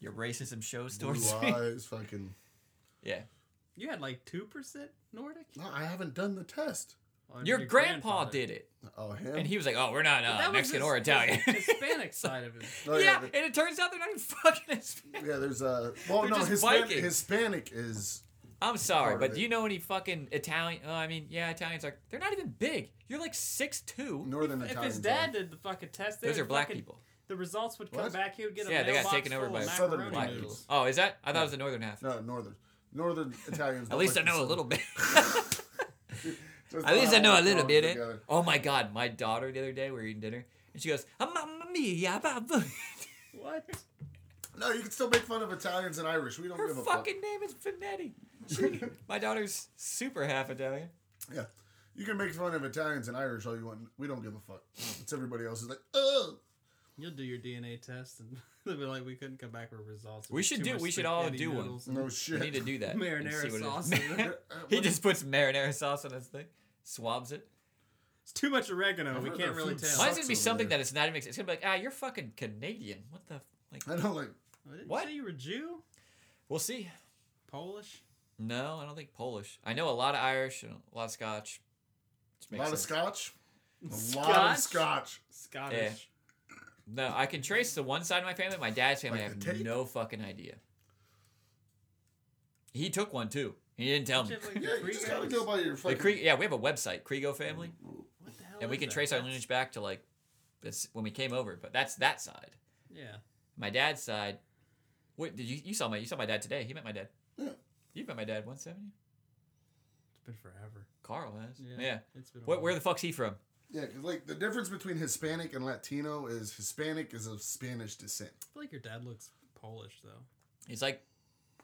Your racism shows
Blue
towards me.
eyes, fucking.
[laughs] Yeah.
You had like two percent Nordic.
No, I haven't done the test.
Well,
Your grandpa did it.
Oh, him.
And he was like, oh, we're not uh, Mexican or [laughs] Italian.
[laughs] Hispanic side of it.
Oh,
yeah,
yeah, but-
and it turns out they're not even fucking Hispanic.
yeah,
[laughs]
there's a. Well,
They're
no,
just
Hispanic,
Viking.
Hispanic is.
I'm sorry,
Part of
but
it.
do you know any fucking Italian? Oh, I mean, yeah, Italians are. They're not even big. You're like 6'2.
Northern
If
Italian.
his dad did the fucking test, they
Those
would
are black
fucking-
people.
The results would come
What?
back. He would get a
Yeah, they got
mailbox
taken over
full of
by
Southern
macaroni
black
Black
people.
people.
noodles.
Oh, is that? I thought it was the northern half.
No, northern. Northern
[laughs]
Italians.
At least I know a little bit. [laughs]
Just
At least I
how
know a
it's
little
all
bit. eh?
together.
Oh my god, my daughter the other day we were eating dinner and she goes, "Ah, Mamma mia, babbo."
What?
No, you can still make fun of Italians and Irish. We don't
Her
give a fuck.
fucking name is Finetti. She, my daughter's super half Italian.
Yeah. You can make fun of Italians and Irish all you want. We don't give a fuck. It's everybody else is like, oh.
You'll do your DNA test, and [laughs] they'll be like, "We couldn't come back with results." It
We
was
should
too
do-
much
we should all
spaghetti
do one.
noodles."
No
We
shit.
need to do that. and
Marinara
see what it
sauce.
[laughs] is. he just puts marinara sauce on his thing, swabs it.
It's too much oregano.
I've
We
heard
can't
their
really
food
tell.
sucks.
Mine's gonna be
over
something
there.
that it's not even. It's gonna be like, ah, you're fucking Canadian. What the like?
I know, like,
Oh, Didn't
What? Eh.
you say you were Jew?
We'll see.
Polish?
No, I don't think Polish. I know a lot of Irish and a lot of Scotch. Which
a
makes
lot of
sense.
scotch. A lot of scotch.
Scottish.
No, I can trace the one side of my family. My dad's family,
Like
I
the
have
tape?
no fucking idea. He took one too. He didn't tell me. [laughs]
Shit, like,
Yeah, you
three
just gotta
guys.
go by your
The
fucking.
Kre- yeah, we have a website, Krego Family,
What the hell
and we
is
can
that?
trace our
That's-
lineage back to like this when we came over. But that's that side.
Yeah.
My dad's side. What did you you saw my you saw my dad today? He met my dad.
Yeah.
You met my dad once, haven't you?
It's been forever.
Carl has. Yeah.
It's been a
What,
while.
where the fuck's he from?
Yeah, because like the difference between Hispanic and Latino is Hispanic is of Spanish descent.
I feel like your dad looks Polish though.
He's like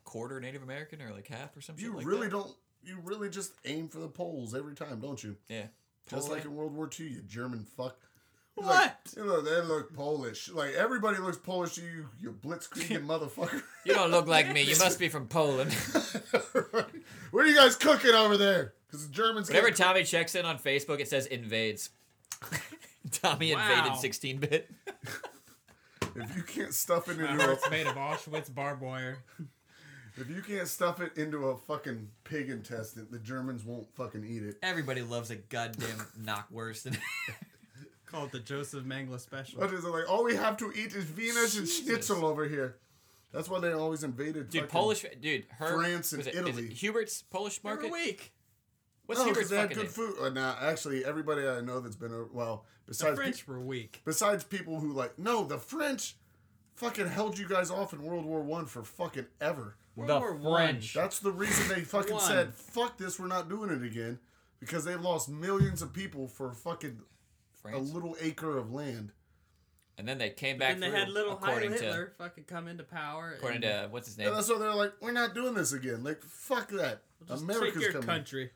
quarter Native American or like half or something.
You
like
really
that.
don't. You really just aim for the poles every time, don't you?
Yeah.
Just
Poland.
like in World War II, you German fuck. It's
What?
Like, you know, they look Polish. Like everybody looks Polish to you, you
[laughs]
blitzkrieging motherfucker.
You don't look like me. You must be from
[laughs]
Poland.
what are you guys cooking over there? Because the Germans.
Whenever
can't-
Tommy checks in on Facebook, it says invades. [laughs] Tommy invaded
Wow.
16 bit.
if you can't stuff it
My
into a,
heart's
[laughs]
made of Auschwitz barbed wire.
if you can't stuff it into a fucking pig intestine, the Germans won't fucking eat it.
Everybody loves a goddamn knock
[laughs]
worse than.
Call it the Joseph Mangla special.
What is it like? All we have to eat is Venus and schnitzel over here. That's why they always invaded.
dude,
fucking-
Polish. Dude, her.
France and
was it- is
Italy.
it Hubert's Polish
Every
market?
week.
What's
No, Oh,
Hubert's
because they had
fucking name?
good food. Uh, nah, actually, everybody I know that's been over. Well,
The
besides pe-
French were weak.
besides people who like no, the French fucking held you guys off in World War One for fucking ever.
World
The
War One.
French.
That's the reason they fucking
One.
said, "Fuck this, we're not doing it again," because they lost millions of people for fucking a
France.
little acre of land.
And then they came back.
and they
through,
had little Heil
according
Hitler
to
fucking come into power.
according
and
to what's his name.
And that's why they're like, "We're not doing this again." Like, fuck that.
just
America's
take your
coming.
country.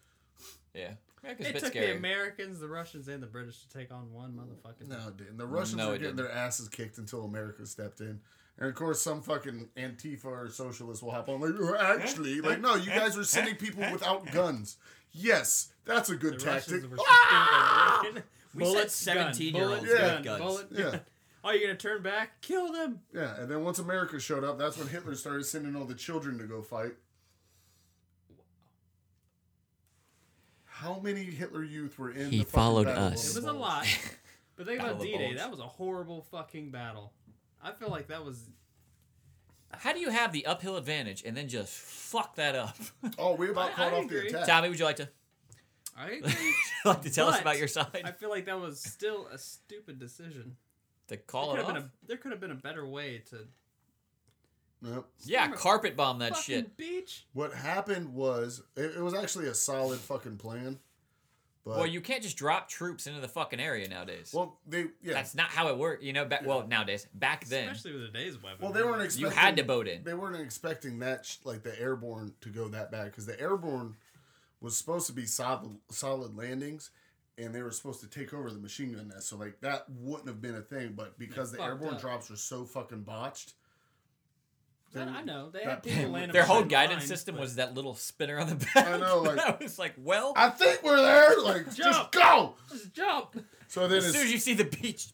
yeah, America's a
It
bit
took
scary.
the Americans, the Russians, and the British to take on one motherfucking.
No, it didn't. The Russians
No,
were
it
getting
didn't.
their asses kicked until America stepped in. And of course, some fucking Antifa or socialist will hop on like, "Oh,
Eh,
actually, like, no, you guys are sending people without guns. Yes, that's a good
The
tactic.
Russians were
Ah!
stupid.
[laughs] We sent
bullet,
17-year-olds
with
gun,
guns.
Bullet,
Yeah.
[laughs] gun. Oh, you're gonna turn back? Kill them.
Yeah, and then once America showed up, that's when Hitler started sending all the children to go fight. How many Hitler youth were in?
He
the fucking
followed
Battle of
us.
the
It was a
Bulge?
lot.
[laughs]
But think
Battle
about
of the
D-Day.
Bulge.
That was a horrible fucking battle. I feel like that was
How do you have the uphill advantage and then just fuck
[laughs]
that up?
Oh, we
I-
about caught
I
off
agree.
the attack.
Tommy, would you like to [laughs]
I agree.
like to tell us
But-
about your side?
I feel like that was still a stupid decision.
to
There
call
could,
it
have
off.
been a, there could have been a better way to
Yep.
yeah,
I'm a
carpet bomb that
fucking
shit.
beach.
What happened was it, it was actually a solid fucking plan, but
Well, you can't just drop troops into the fucking area nowadays.
well they yeah
That's not how it worked, you know. Back, Well, nowadays, back then,
Especially with today's weapon.
well they weren't
you
expecting
had to boat in.
they weren't expecting that sh- like the airborne to go that bad because the airborne was supposed to be solid solid landings and they were supposed to take over the machine gun nest so like that wouldn't have been a thing but because the
fucked
airborne
up.
drops were so fucking botched
I, I know they had
that- [laughs]
people land.
Their
them
whole
in
guidance
mines,
system
but
was that little spinner on the back.
I know,
[laughs]
like-
I was like, well,
I think we're there like
Jump.
just go
just jump.
so then
as soon
it's-
as you see the beach,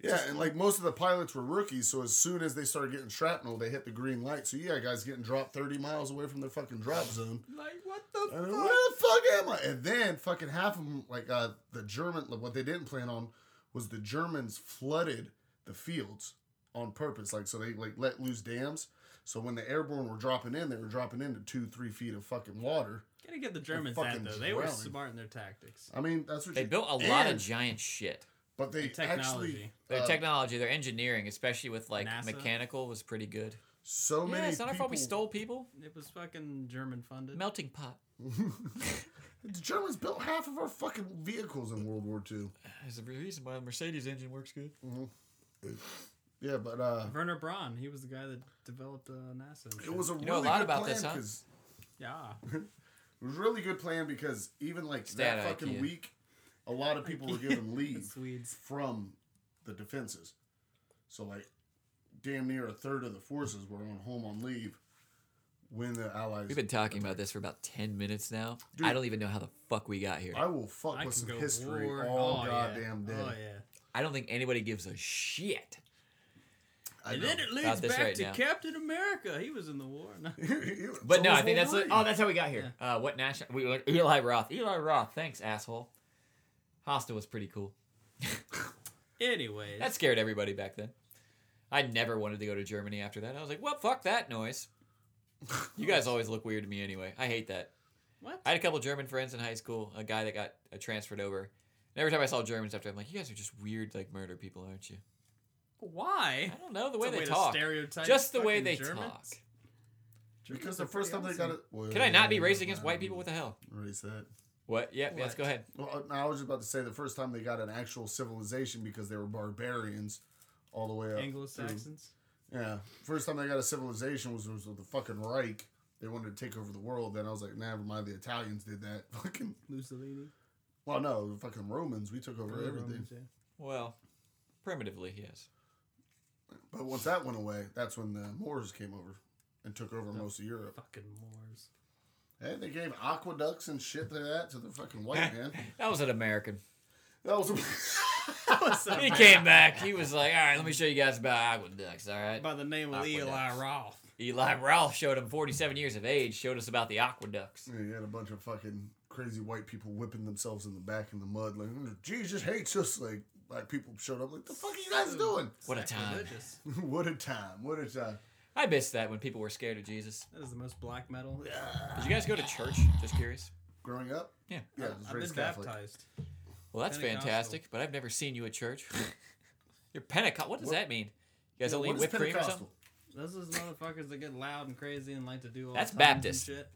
Yeah, and like most of the pilots were rookies, so as soon as they started getting shrapnel, they hit the green light. So yeah, guys getting dropped thirty miles away from their fucking
Oh.
drop zone.
Like what the
And then,
fuck?
where the fuck am I? And then fucking half of them, like uh, the German, like, what they didn't plan on was the Germans flooded the fields on purpose, like so they like let loose dams. So when the airborne were dropping in, they were dropping into two, three feet of fucking water.
Gotta give the Germans
fucking
that though. They were
drowning.
smart in their tactics.
I mean, that's what
they
you-
built a lot of
and-
giant shit.
but they
And technology.
actually
Their
uh,
technology, their engineering, especially with like
NASA.
mechanical, was pretty good.
so many.
yeah, it's not our fault we
people-
stole people.
It was fucking German funded.
Melting pot.
The Germans built half of our fucking vehicles in World War II.
There's a reason why the Mercedes engine works good.
Yeah, but uh,
Werner Braun, he was the guy that developed uh, NASA. and shit.
it was a
You know a
really
lot
good
about
plan
this, huh?
'cause-
yeah.
It was a really good plan because even like
Stat
that fucking
IQ.
week, a lot of
[laughs]
people were given leave
Swedes.
from the defenses. So like, damn near a third of the forces were on home on leave when the Allies.
We've been talking about this for about 10 minutes now. I don't even know how the fuck we got here.
I will fuck
I
with
can
some
go
history
war.
all
Oh,
goddamn
yeah.
day.
Oh yeah.
I don't think anybody gives a shit.
I
And then
[laughs] know.
it leads
this
back
right
to
now.
Captain America. He was in the war. [laughs] No.
But no,
So
I
was
think that's
Wolverine.
oh, that's how we got here. Uh, what national? We went Eli Roth. Eli Roth. Thanks, asshole. Hostel was pretty cool.
Anyways,
That scared everybody back then. I never wanted to go to Germany after that. I was like, well, fuck that noise. You guys always look weird to me anyway. I hate that.
What?
I had a couple German friends in high school. A guy that got uh, transferred over. And every time I saw Germans after, I'm like, you guys are just weird, like murder people, aren't you?
Why?
I don't know the way
It's a
they
way to
talk.
stereotype
Just the way
fucking
they
Germans.
talk.
because the first time they got it. Well,
Can I not be racist against white people? What the hell?
Erase that.
What? Yeah, yes.
What?
Go ahead.
Well, uh, I I was just about to say the first time they got an actual civilization because they were barbarians, all the way up.
Anglo Saxons.
through. Yeah, first time they got a civilization was, was with the fucking Reich. They wanted to take over the world. Then I was like, nah, never mind. The Italians did that. [laughs] Fucking
Mussolini.
well, no, the fucking Romans. We took over everything.
Well, primitively, yes.
But once that went away, that's when the Moors came over and took over most of Europe.
Fucking Moors.
Hey, they gave aqueducts and shit to that to the fucking white man.
That was an American.
That [laughs] was
He came back. He was like, all right, let me show you guys about aqueducts. All
[laughs]
right.
By the name
[laughs]
of
Aqueducts.
Eli Roth.
Eli Ralph showed him 47 years of age, showed us about the aqueducts.
Yeah, you had a bunch of fucking crazy white people whipping themselves in the back in the mud, like "Mm, Jesus hates us. Like black people showed up, like the fuck are you guys doing? [laughs]
What a time.
Sacrilegious.
what a time! What a time!
I miss that when people were scared of Jesus.
That is the most black metal.
Did you guys go to church? Just curious.
Growing up,
Yeah.
yeah, I was
I've been
raised Catholic.
baptized.
Well, that's
Pentecostal.
fantastic, but I've never seen you at church. [laughs] You're Pentecost. What does
What-
that mean? You guys
Yeah,
only
what
eat
is
whipped cream or
Pentecostal?
something?
Those is motherfuckers that get loud and crazy and like to do all
That's
kinds and
Baptist.
shit.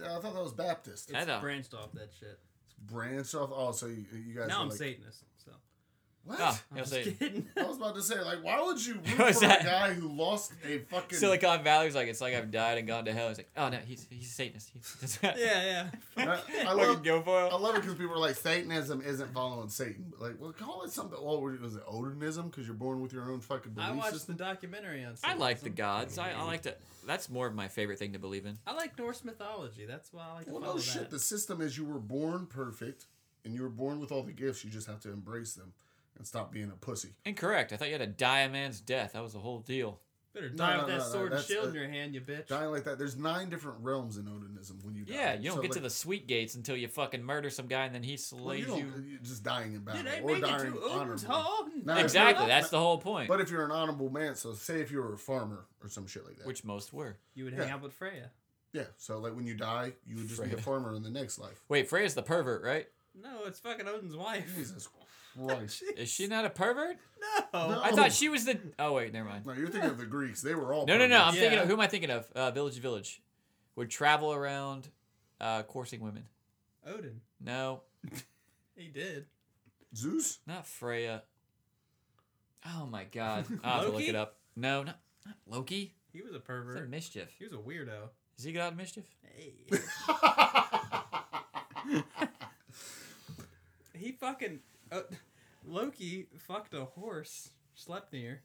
Yeah, I thought that was Baptist.
I
It's
know.
branched off that shit.
Branch off. Oh, so you, you guys?
Now
are
I'm
like,
Satanist. So
What?
Oh,
I'm
you'll
just
say
kidding. [laughs]
I was about to say, like, why would
[laughs]
you root
What was
for
that?
a guy who lost a fucking? [laughs]
Silicon Valley's like it's like I've died and gone to hell. It's like, oh no, he's he's a [laughs] Satanist. He's, that's right.
yeah, yeah.
I, I
Fucking
love,
go for
I
it.
love it because people are like, Satanism isn't following Satan. But, like, well, call it something. Well, what was it Odinism? Because you're born with your own fucking belief
I watched the
system.
documentary on.
I like the
Satanism.
gods. I, I like to. That's more of my favorite thing to believe in.
I like Norse mythology. That's why I like. To
Well,
follow
no shit.
that.
The system is you were born perfect and you were born with all the gifts. You just have to embrace them and stop being a pussy.
Incorrect. I thought you had to die a man's death. That was the whole deal.
Better
No,
die
no,
with that
no, no,
sword and
that's
shield in
the-
your hand, you bitch.
Dying like that. There's nine different realms in Odinism when you die.
Yeah, you don't
So,
get to
like,
the sweet gates until you fucking murder some guy and then he slays
well, you
you.
don't, you just dying in battle
Did I
or
make it
dying
to Odin's
honorably.
home?
No, it's
Exactly.
not-
That's the whole point.
But if you're an honorable man, so say if you were a farmer or some shit like that.
which most were.
You would hang
Yeah.
out with Freya.
yeah, so like when you die, you would just be a
Freya.
farmer in the
[laughs]
next life.
Wait, Freya's the pervert, right?
No, it's fucking Odin's
[laughs]
wife. [laughs]
Jesus Christ.
Is she not a pervert?
No.
No.
I thought she was the. Oh wait, never mind.
No, you're thinking of the Greeks. They were all.
No, no, no. I'm
perverts.
thinking
Yeah.
of who am I thinking of? Uh, Village Village, would travel around, uh, coursing women.
Odin.
No,
He did.
[laughs]
Zeus?
not Freya. Oh my
[laughs]
God, I have to look
Loki?
it up. No, not, not Loki.
He was a
Is that
pervert.
mischief?
He was a weirdo.
Is he God of mischief?
Hey. [laughs] he fucking uh, Loki fucked a horse, slept near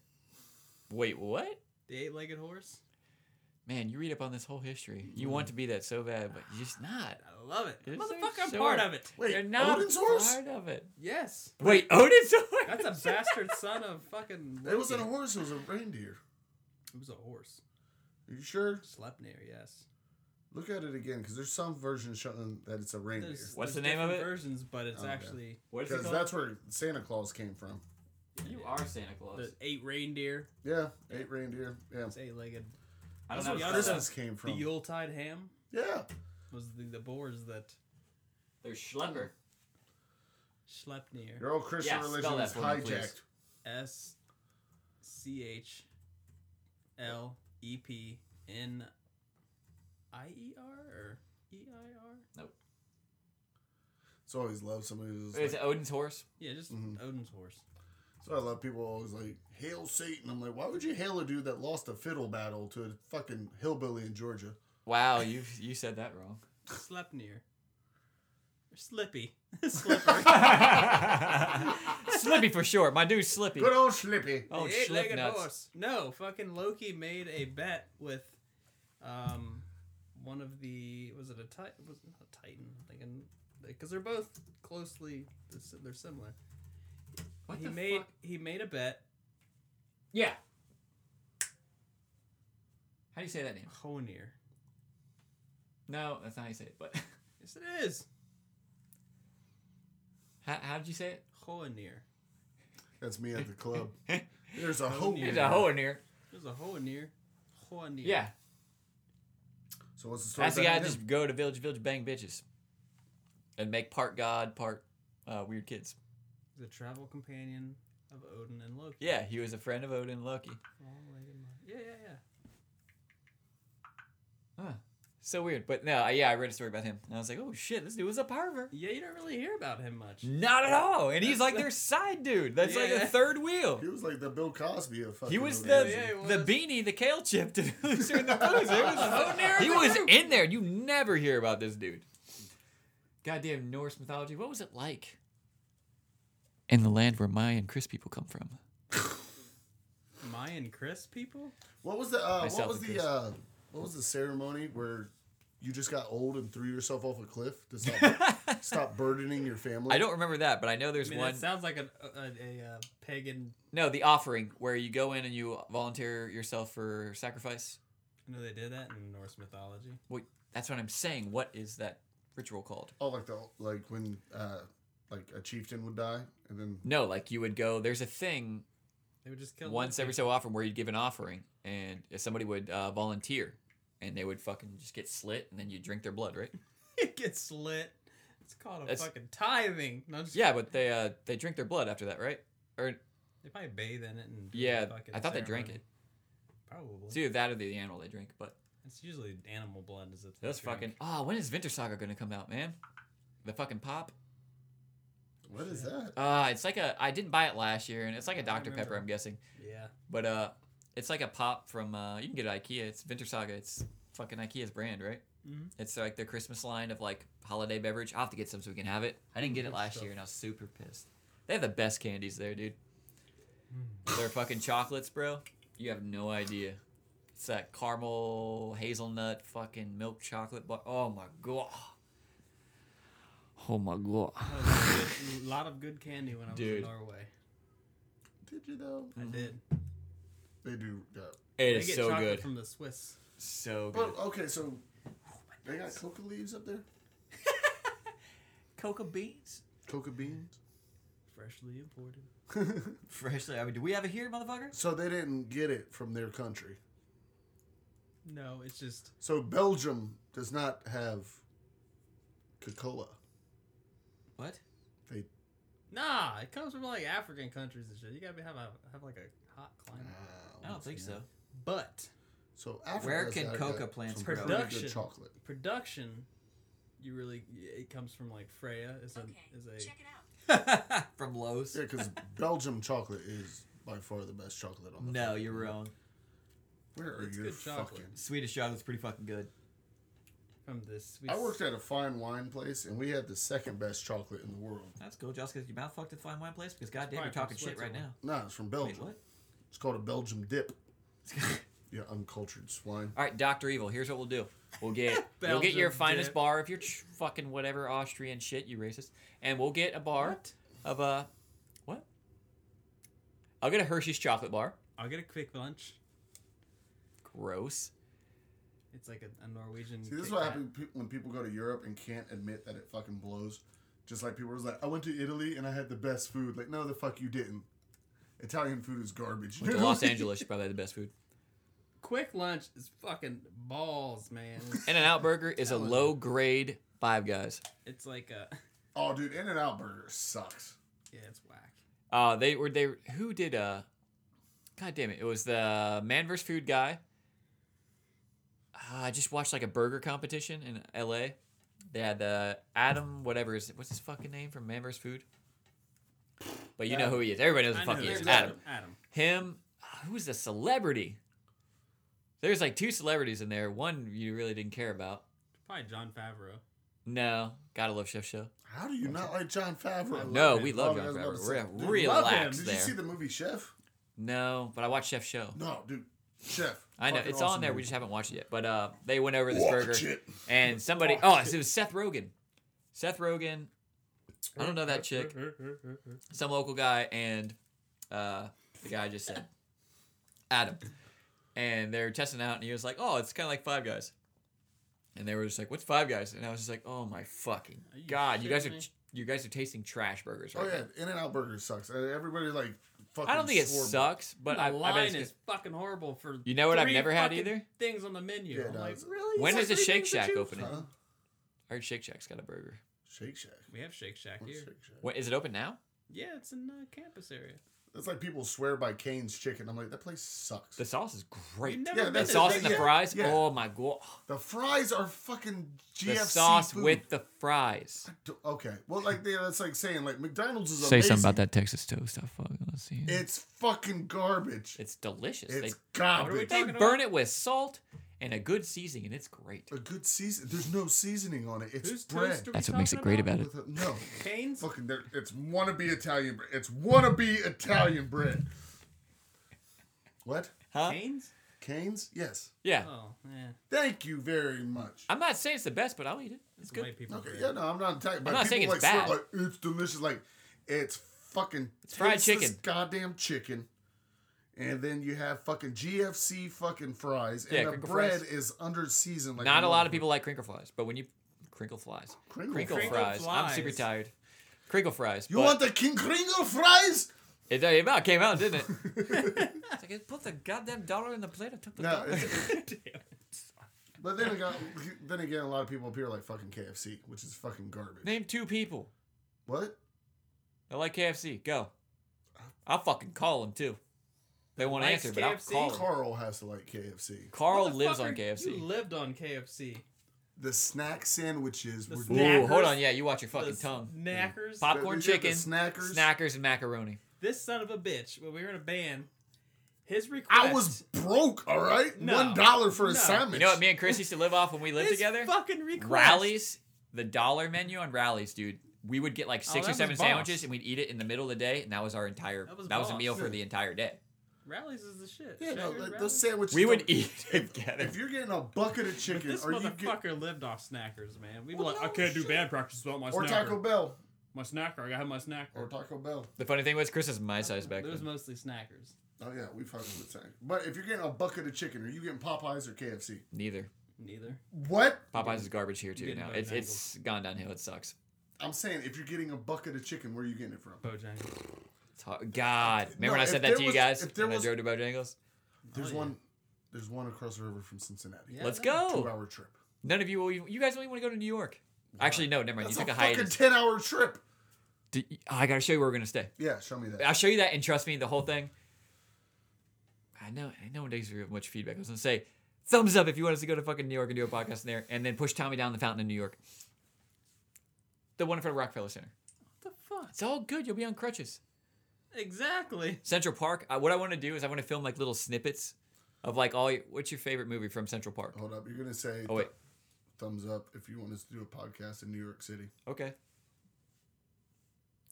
Wait, what?
the eight-legged horse.
Man, you read up on this whole history. You want to be that so bad, but you're just not.
I love it,
You're so
motherfucker. I'm
short.
part of it.
Wait,
you're not
Odin's horse?
part of it.
Yes,
Wait, Odin's horse.
that's a
[laughs]
bastard son of fucking.
It wasn't
Loki.
a horse. It was a reindeer.
It was a horse.
Are you sure?
Slept near. Yes.
Look at it again, because there's some version showing that it's a reindeer.
There's,
What's
there's
the name of
different
it?
Versions, but it's
Oh, okay.
actually
What is it
Because
called?
that's where Santa Claus came from.
You are Santa Claus.
the eight reindeer.
Yeah, eight reindeer. Yeah,
It's eight-legged.
I
don't
don't
know
know.
if
Christmas came
The
from.
Yuletide ham
Yeah,
was the, the boars that
They're schlepper.
slept near.
your old Christian
Yeah, spell
religion
that
is
for me, please.
hijacked.
S C H L E P N I E R or E I R?
It's always love somebody who's.
Is
Like,
it Odin's horse?
Yeah, just
Mhm.
Odin's horse.
so I love people always like hail Satan. I'm like, why would you hail a dude that lost a fiddle battle to a fucking hillbilly in Georgia?
Wow, you you said that wrong.
Slept near. Or Slippy. [laughs] Slipper.
Slippy for sure. My dude's Slippy.
Good old Slippy.
Oh,
the eight-legged
Schlipnuts.
horse. No, fucking Loki made a bet with, um, one of the was it a titan? Was it not a titan? I'm thinking because they're both closely they're si- they're similar.
What
he
the
made
fuck?
he made a bet.
Yeah. How do you say that name?
Honir.
No, that's not how you say it. But
Yes, it is.
how, how did you say it?
[laughs] Hoenir.
That's me at the
[laughs]
club. There's a hole.
It's a hoeneer.
There's a Hoenir. Hoenir.
Yeah.
So what's the story?
That's the guy
behind him?
just go to village, village, bang bitches, and make part god, part uh, weird kids.
The travel companion of Odin and Loki.
Yeah, he was a friend of Odin and Loki.
Long-legged mon- Yeah, yeah, yeah.
So weird, but no, I- yeah, I read a story about him, and I was like, oh shit, this dude was a pervert.
Yeah, you don't really hear about him much.
Not at all, and he's like their side dude. That's like a
Yeah.
third wheel.
He was like the Bill Cosby of fucking.
He was
movies.
the
Yeah, he was.
the beanie, the kale chip to [laughs] loser in the blues. It [laughs] was,
near
he
the
was
group.
in there. You never hear about this dude. Goddamn Norse mythology. What was it like? In the land where Maya and Chris people come from. [laughs]
Mayan Chris people?
What was the uh, what
Myself
was
and
the
Chris.
uh, what was the ceremony where you just got old and threw yourself off a cliff to stop, [laughs] stop burdening your family?
I don't remember that, but I know
I
there's
mean,
one.
it sounds like a, a, a, uh pagan.
No, the offering where you go in and you volunteer yourself for sacrifice.
I know they did that in Norse mythology.
Wait, that's what I'm saying. What is that ritual called?
Oh, like the like when uh, like a chieftain would die and then
No, like you would go. There's a thing
They would just kill
once every so often where you'd give an offering and if somebody would uh, volunteer and they would fucking just get slit and then you drink their blood right
[laughs] it gets slit. It's called a
That's-
fucking tithing. No, I'm just
yeah but they uh, they drink their blood after that right or
They probably bathe in it and do
yeah
the fucking
i thought they drank
ceremony.
it
Probably.
it's either that or the animal they drink but
It's usually animal blood. Is it? they
those
drink.
fucking ah when is winter saga gonna come out man the fucking pop
what is that?
uh it's like a i didn't buy it last year and it's like a
I don't
dr pepper
remember.
i'm guessing
Yeah.
but uh it's like a pop from uh you can get it at ikea it's winter saga it's fucking ikea's brand right
Mhm.
it's like their christmas line of like holiday beverage i'll have to get some so we can have it i didn't get it
Good
last
stuff.
year and i was super pissed they have the best candies there dude
Hmm.
they're fucking chocolates bro you have no idea it's that caramel hazelnut fucking milk chocolate bar oh my god oh my god
That was a good- lot of good candy when I was
Dude.
in Norway.
Did you though?
I did.
They do. Yeah.
it
They
is
get
so
chocolate
good
from the Swiss.
so good
But okay, so they got coca leaves up there.
coca beans
Coca beans.
Freshly imported.
freshly i mean do we have it here motherfucker
So they didn't get it from their country.
No, it's just
So Belgium does not have Coca-Cola.
what
They
nah. It comes from like African countries and shit. You gotta be, have a have like a hot climate.
i
Oh,
don't think so
But
So Africa
Where can coca plants
plants
grow?
Production.
Good chocolate.
production, you really it comes from like Freya is a
Okay,
is a
check it out.
[laughs] from Lowe's.
Yeah, because [laughs] Belgium chocolate is by far the best chocolate on the.
No, you're wrong.
Where are
It's
your
good chocolate.
fucking?
Swedish chocolate's pretty fucking good.
from this.
I worked at a fine wine place, and we had the second best chocolate in the world.
That's cool. Just because your mouth fucked at fine wine place, because goddamn,
probably
you're talking
from
shit right now.
Switzerland.
No, it's from
Wait,
Belgium.
what?
It's called a Belgium dip.
[laughs]
Yeah, uncultured swine.
All right, Doctor Evil. Here's what we'll do. We'll get [laughs] we'll get your
Belgium
finest
dip.
bar if you're ch- fucking whatever Austrian shit you racist, and we'll get a bar of a what? I'll get a Hershey's chocolate bar.
I'll get a quick lunch. [laughs]
Gross.
It's like a, a Norwegian.
See, this is
Kit
what
Kat.
happens pe- when people go to Europe and can't admit that it fucking blows. Just like people was like, I went to Italy and I had the best food. Like, no, the fuck you didn't. Italian food is garbage.
Went to
[laughs]
Los Angeles. Probably had the best food.
Quick lunch is fucking balls, man.
In and Out Burger is a low grade Five Guys.
it's like a [laughs]
Oh, dude, In and Out Burger sucks.
yeah, it's whack.
Uh, they were they who did uh God damn it! It was the Man vs. Food guy. Uh, I just watched like a burger competition in L.A. They had uh, Adam whatever is what's his fucking name from Man vs. Food. But you know who he is. Everybody knows who the fuck he is.
Adam.
Adam.
Adam.
Him. uh, Who's the celebrity? There's like two celebrities in there. One you really didn't care about.
Probably John Favreau.
No, gotta love Chef Show.
How do you not like John Favreau?
No,
him.
we love
Oh, I
John
was about
Favreau.
to
We're gonna
say, dude,
love him.
relax
Did
there.
you see the movie Chef?
No, but I watched Chef Show.
No, dude. Chef.
I know
Fucking
it's
awesome
on there. We
movie.
just haven't watched it yet. But uh, they went over this
Watch
burger,
it.
and somebody. Oh, it was Seth Rogen. Seth Rogen. I don't know that chick.
Mm-hmm.
Some local guy, and uh, the guy just said Adam, and they were testing out, and he was like, "Oh, it's kind of like Five Guys," and they were just like, "What's Five Guys?" And I was just like, "Oh my fucking
Are you
god, you guys
shitting
are
me?
you guys are tasting trash burgers
Oh
right now."
yeah, In and Out Burger sucks. Uh, Everybody like fucking.
I don't think it
swore-
sucks, but
the
I, I bet
line
it's good.
is fucking horrible for.
You know what I've
three
never had
fucking
either?
Things on the menu.
Yeah, it
I'm like,
does.
really?
When
Is
is
that
a
three
Shake
things that
Shack
you-
opening?
Huh?
I heard Shake Shack's got a burger.
Shake Shack.
We have Shake Shack
What's
here.
Shake Shack?
What is it open now?
Yeah, it's in the campus area.
It's like people swear by Kane's Chicken. I'm like, that place sucks.
The
The,
sauce is great.
You've never
Yeah,
been
the
that's
to
sauce
thing,
and
Shake
the
yeah.
Shack.
fries.
yeah.
Oh my god.
fries are fucking GFC
The sauce
food.
with the fries.
Do- Okay, well, like yeah, that's like saying like McDonald's is
Say
amazing.
something about that Texas toast. I fucking let's see. It's,
It's fucking garbage.
delicious.
What are
It's
we
garbage.
they
talking
they
about?
burn it with salt and a good seasoning, and it's great.
A good season. There's no seasoning on it. It's
Whose
bread.
toast are we
That's what makes it
talking
great about it.
with a, no,
Canes?
fucking. there- It's wannabe Italian bread. It's wannabe Italian bread. What?
Huh?
[laughs]
Canes?
Canes? Yes.
Yeah.
Oh, yeah.
Thank you very much.
I'm not saying it's the best, but I'll eat it. It's good.
White people.
Okay. Yeah. No, I'm not attacking. But
not
people
saying it's
like swear
bad.
Like, it's delicious. Like it's fucking. It's
fried chicken.
Goddamn chicken. And then you have fucking GFC fucking fries, and
Yeah,
the
crinkle
bread
fries.
is under seasoned. Like
Not a lot
motherfucker.
of people like crinkle fries, but when you crinkle flies,
Crinkle
crinkle,
Crinkle
fries, I'm super
flies.
tired. Crinkle fries.
You
but
want the King Kringle fries?
It, it about came out, didn't it?
[laughs]
it's like it put the goddamn dollar in the plate. I took the
No.
dollar.
it's-
[laughs] Damn.
but then again, [laughs] then again, a lot of people up here like fucking KFC, which is fucking garbage.
Name two people
What?
that like KFC. Go. I'll fucking call them too. They won't
Likes
answer, but I'll
KFC?
call 'em.
Carl has to like KFC.
Carl lives on
Motherfucker, You
KFC.
lived on KFC.
The snack sandwiches
The
were
snack-
good.
Ooh,
Snackers?
hold on. Yeah, you watch your fucking
The
tongue. Mm.
Snackers.
Popcorn
They got the
chicken,
Snackers.
snackers, and macaroni.
This son of a bitch, when we were in a band, his request.
I was broke, all right.
No.
One dollar for a
No.
sandwich.
You know what me and Chris used to live off when we lived
his
together?
fucking request.
rallies, the dollar menu on rallies, dude. We would get like
Oh,
six
that
or
was
seven
boss.
sandwiches and we'd eat it in the middle of the day, and that was our entire
That
that
was
was, a
boss.
meal for the entire day.
Rallies is the shit.
Yeah, no,
Checkers,
th- those
rallies.
sandwiches.
We would
don't-
eat [laughs]
If,
together.
if you're getting a bucket of
But
chicken,
this
or you get
motherfucker lived off snackers, man. We
Well,
were like, I
no
can't do
shit.
band practice without my
or
snacker.
Taco Bell
My snacker. I gotta have my snacker.
or Taco Bell.
The funny thing was, Chris is my size back
It was
then.
mostly snackers.
Oh yeah, we fucking with Taco. But if you're getting a bucket of chicken, are you getting Popeyes or KFC?
Neither.
Neither.
What?
Popeyes is garbage here too
getting
now.
both
It's it's gone downhill. It sucks.
I'm saying if you're getting a bucket of chicken, where are you getting it from?
Oh, Bojangles.
It's hard. God, remember
No,
when I
if
said
there
that to you
was-
guys
if there
when
was-
I drove to Bojangles?
There's
Oh, yeah.
one. There's one across the river from Cincinnati.
Yeah,
Let's
no.
Two
go.
hour trip.
None of you, will, you guys don't even want to go to New York. Actually, no, never mind.
That's
you
a,
took a,
fucking
hiatus.
ten hour trip.
Did- oh, I gotta show you where we're gonna stay.
Yeah, show me that.
I'll show you that, and trust me, the whole thing. I know, I know, it takes real much feedback. I was gonna say, thumbs up if you want us to go to fucking New York and do a podcast in there, and then push Tommy down the fountain in New York. The one in front of Rockefeller Center.
What the fuck?
It's all good. You'll be on crutches.
Exactly. [laughs]
Central Park. I, what I want to do is I want to film like little snippets of like all. Your, what's your favorite movie from Central Park?
Hold up, you're gonna say
Oh wait.
thumbs up if you want us to do a podcast in New York City.
Okay.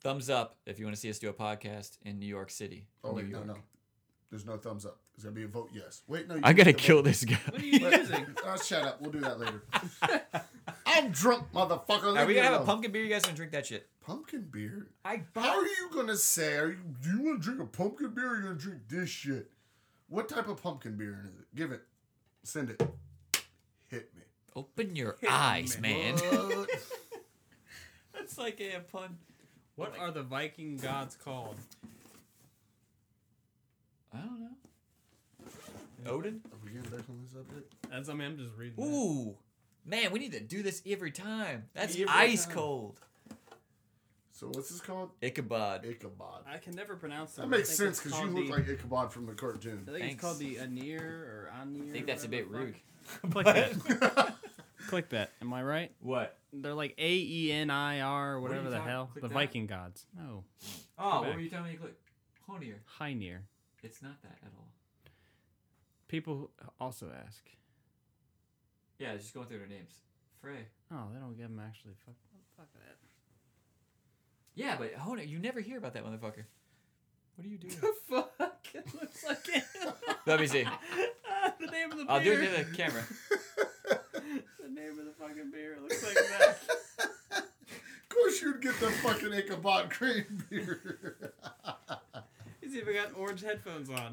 Thumbs up if you want to see us do a podcast in New York City.
Oh
New
wait,
York.
no, no. There's no thumbs up. There's gonna be a vote yes. Wait, no. You
I
get
gotta
the
kill
vote.
this guy.
What are you using?
Oh, shut up. We'll do that
[laughs]
later. I'm drunk, motherfucker.
Are
Leave
we
me
gonna have a
alone.
pumpkin beer? You guys gonna drink that shit?
pumpkin beer?
I
How are you gonna say? Are you, do you want to drink a pumpkin beer? Or you gonna drink this shit? What type of pumpkin beer is it? Give it. Send it. Hit me.
Open your eyes, man.
What?
[laughs] That's like a pun.
What are the Viking gods called?
I don't know. Odin?
Are we getting back on this subject?
That's I mean I'm just reading. that.
Ooh. Man, we need to do this every time. That's
Every
ice
time.
cold.
So what's this called?
Ichabod.
Ichabod.
I can never pronounce
That
them. I
makes
think
sense
it's
because you
called
look
the-
like Ichabod from the cartoon. [laughs]
I think
Thanks.
it's called the Anir or Anir.
I think that's a bit rude.
Click that.
[laughs]
Click that. Am I right?
What?
They're like A E N I R,
are
whatever
you
the
talking-
hell.
click
The
that?
Viking gods. No,
Oh,
back.
what were you telling me to click? Honier.
Hynir.
It's not that at all.
People who also ask.
Yeah, it's just going through their names. Frey.
Oh, they don't get them actually. Fuck, fuck [laughs] that.
Yeah, but Honier, you never hear about that motherfucker. What are you doing?
fuck? It looks like it. [laughs]
Let me see.
the name of the beer.
I'll do it to the camera.
[laughs] The name of the fucking beer looks like that.
[laughs] Of course you'd get the fucking Ichabod cream
[laughs]
beer.
He's even got orange headphones on.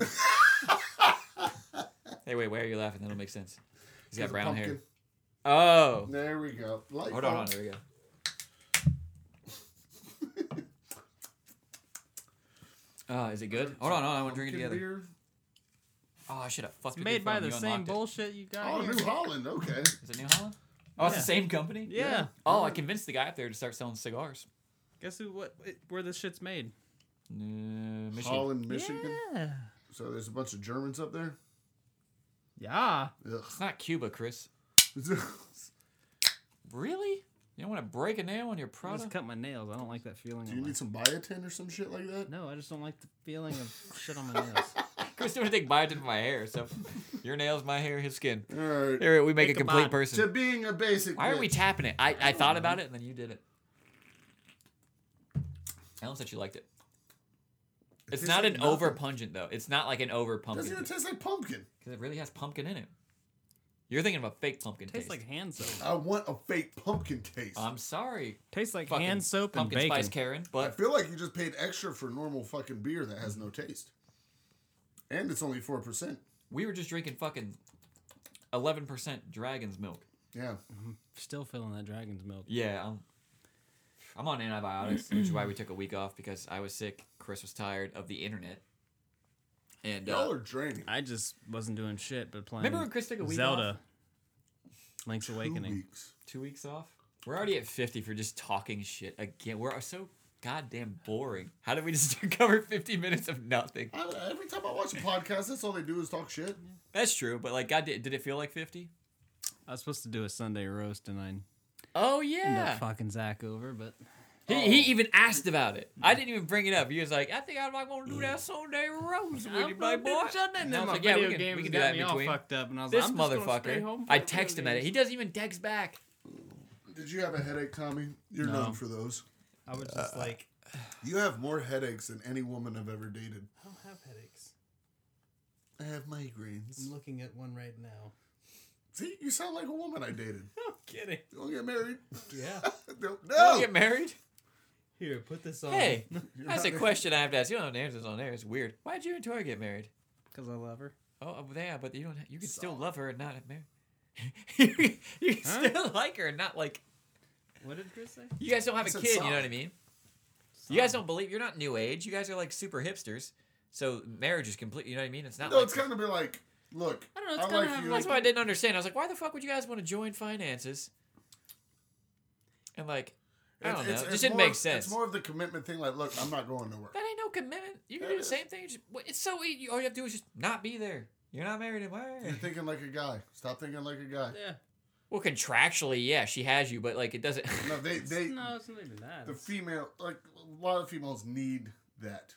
Hey, wait, why are you laughing? That'll make sense. He's got
a
brown hair.
pumpkin.
Oh.
There we go. Light
Hold on, hold on.
bulbs. [laughs]
There we go. Oh, is it good? Hold on, hold on. I want to drink it
Pumpkin
together.
beer.
Oh, I should have
It's
fucked with
made
your
by
phone.
the
You
same
unlocked it.
bullshit you got.
Oh,
here.
New Holland. Okay.
Is it New Holland? Oh, it's
Yeah.
the same company.
Yeah.
Oh, I convinced the guy up there to start selling cigars.
Guess who? What? Where this shit's made?
Uh, Michigan.
Holland, Michigan.
Yeah.
So there's a bunch of Germans up there.
Yeah.
Ugh. [laughs]
It's not Cuba, Chris. Oh, Really? You don't want to break a nail on your
I
product?
just cut my nails. I don't like that feeling.
Do
on
you
my-
need some biotin or some shit like that?
No, I just don't like the feeling of shit on my nails.
Chris doing a thing biting my hair,
[laughs]
so your nails, my hair, his skin.
All right.
There, we make
Make
a
a
complete
bond.
To
person.
being a basic.
Why are we
bitch.
tapping it? I, I thought about it and then you did it. Ellen said she liked it. It's
tastes
not
like
an
nothing.
over pungent though. It's not like an over pumpkin
Doesn't even
because
taste like pumpkin.
it really has pumpkin in it. You're thinking of a fake pumpkin
Tastes
taste.
like hand soap.
I want a fake pumpkin taste.
I'm sorry,
[laughs] Tastes like
fucking
hand soap and
pumpkin
bacon.
spice Karen,
I
but
feel like you just paid extra for normal fucking beer that has no taste. And it's only 4%.
we were just drinking fucking 11% dragon's milk.
Yeah.
Still feeling that dragon's milk.
Yeah, I'm, I'm on antibiotics, which is why we took a week off because I was sick. Chris was tired of the internet. And uh,
Y'all are draining.
I just wasn't doing shit but playing.
Remember when Chris took a week
Zelda.
off?
Link's
Two
Awakening.
weeks.
two weeks off. We're already at 50 for just talking shit again. We're so goddamn boring. How did we just [laughs] cover 50 minutes of nothing?
I, every time I watch a podcast, that's all they do is talk shit.
That's true, but like, God, did, did it feel like 50?
I was supposed to do a Sunday roast and I ended
Oh,
up
yeah.
fucking Zach over, but
He, he even asked about it. I didn't even bring it up. He was like, I think I'm not going to do that Sunday roast with you, my boy.
And
I
then
was
my
like, yeah, we
video
can-
games
we can do
got
that
me
in
all
between.
fucked up, and I was
This
like, I'm just gonna stay
motherfucker.
home
I
for the
text him at it.
video
He doesn't even text back.
Did you have a headache, Tommy? You're
No.
known for those.
I was
Uh,
just like,
You have more headaches than any woman I've ever dated.
I don't have headaches.
I have migraines.
I'm looking at one right now.
See, you sound like a woman I
[laughs]
dated.
No kidding.
Don't get married.
Yeah.
no.
Oh.
no.
Get married?
[laughs] Here, put this on.
Hey,
You're
that's a
not-
question I have to ask. You don't have to answer this on air. It's weird. Why'd you and Tori get married?
because I love her.
Oh, uh, yeah, but you don't. ha- You can still love her and not have married. [laughs] you can you can
Huh?
still like her and not like.
What did Chris say?
You guys don't have
I
a
said
kid. You know what I
solid.
mean? You guys don't believe. You're not new age. You guys are like super hipsters. So marriage is complete. You know what I mean? It's not.
No,
like,
it's kind of be like, look, I,
don't know, it's kinda
like
have
you.
That's why I didn't understand. I was like, why the fuck would you guys want to join finances? And like, I don't know. it just didn't
more
make
of-
sense.
It's more of the commitment thing. Like, look, I'm not going nowhere.
That ain't no commitment. You can do the same thing. Just, wh- it's so easy. All you have to do is just not be there. You're not married. and Why?
[laughs] You're thinking like a guy. Stop thinking like a guy.
Yeah.
Well, contractually, yeah, she has you, but like, it doesn't. [laughs]
No, they they
No, it's not even that.
the female like a lot of females need that,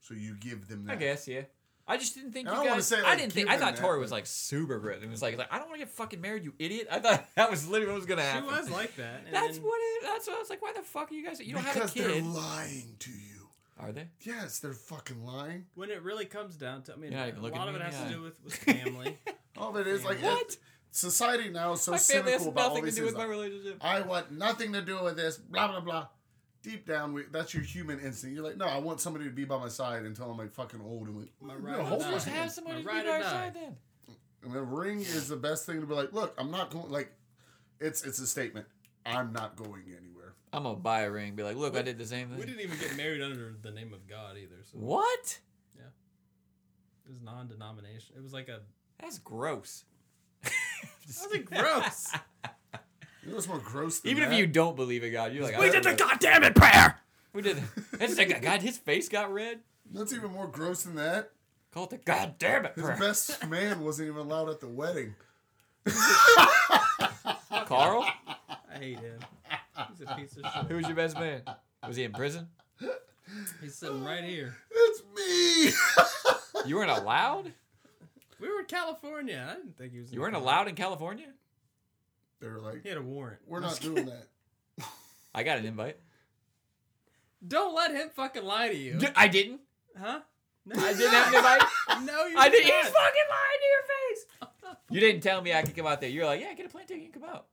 so you give them that.
I guess, yeah. I just didn't think
And I
you
don't wanna
guys.
say,
I
like,
didn't
give
think. I
them
thought
that,
Tori
but-
was like super ripped and was like, like, I don't want to get fucking married, you idiot. I thought [laughs] that was literally what was gonna
She
happen.
was like that. And
that's
then
what it. That's what I was like. Why the fuck are you guys? You don't
because
have a
they're
kid,
lying to you.
are they?
Yes, they're fucking lying.
When it really comes down to, I mean,
You're not
a
even looking
lot of
me
it
in
has
the
to
eye.
do with,
[laughs]
with family.
All that is like
What?
society now is so
my family has
cynical about all
nothing to
these
do
things.
with my
like,
relationship.
I want nothing to do with this. Blah blah blah. Deep down, we, that's your human instinct. You're like, no, I want somebody to be by my side until I'm like fucking old and like,
My
no,
ride or
hold
die.
Let's just
on.
have somebody to be
ride
by
or
our
die.
side then.
And the ring is the best thing to be like, look, I'm not going. Like, it's it's a statement. I'm not going anywhere.
I'm gonna buy a ring. Be like, look, I did the same
we
thing.
didn't even get married under the name of God either. So
What?
it was non-denomination. It was like a. [laughs]
That's gross.
I [laughs] was gross.
You know what's more gross?
[laughs]
Than
Even if
that?
you don't believe in God, you're like,
We
I-
did the
goddamn it prayer.
we did. It's like [laughs] God. His face got red.
That's even more gross than that.
Call it the God damn it
His
prayer. [laughs]
best man wasn't even allowed at the wedding.
Carl,
[laughs] I hate him. He's a piece of shit. [laughs]
who was your best man? Was he in prison?
He's sitting right here.
It's me. [laughs]
You weren't allowed?
We were in California. I didn't think he was.
You
in
weren't
California.
allowed in California?
they were like,
He had a warrant.
we're not doing that.
I got an invite.
Don't let him fucking lie to you.
I didn't. [laughs]
Huh? No,
I didn't have an invite.
No, you
I didn't. He's [laughs] fucking lying to your face. You didn't tell me I could come out there. You're like, yeah, get a plane ticket, you can come out.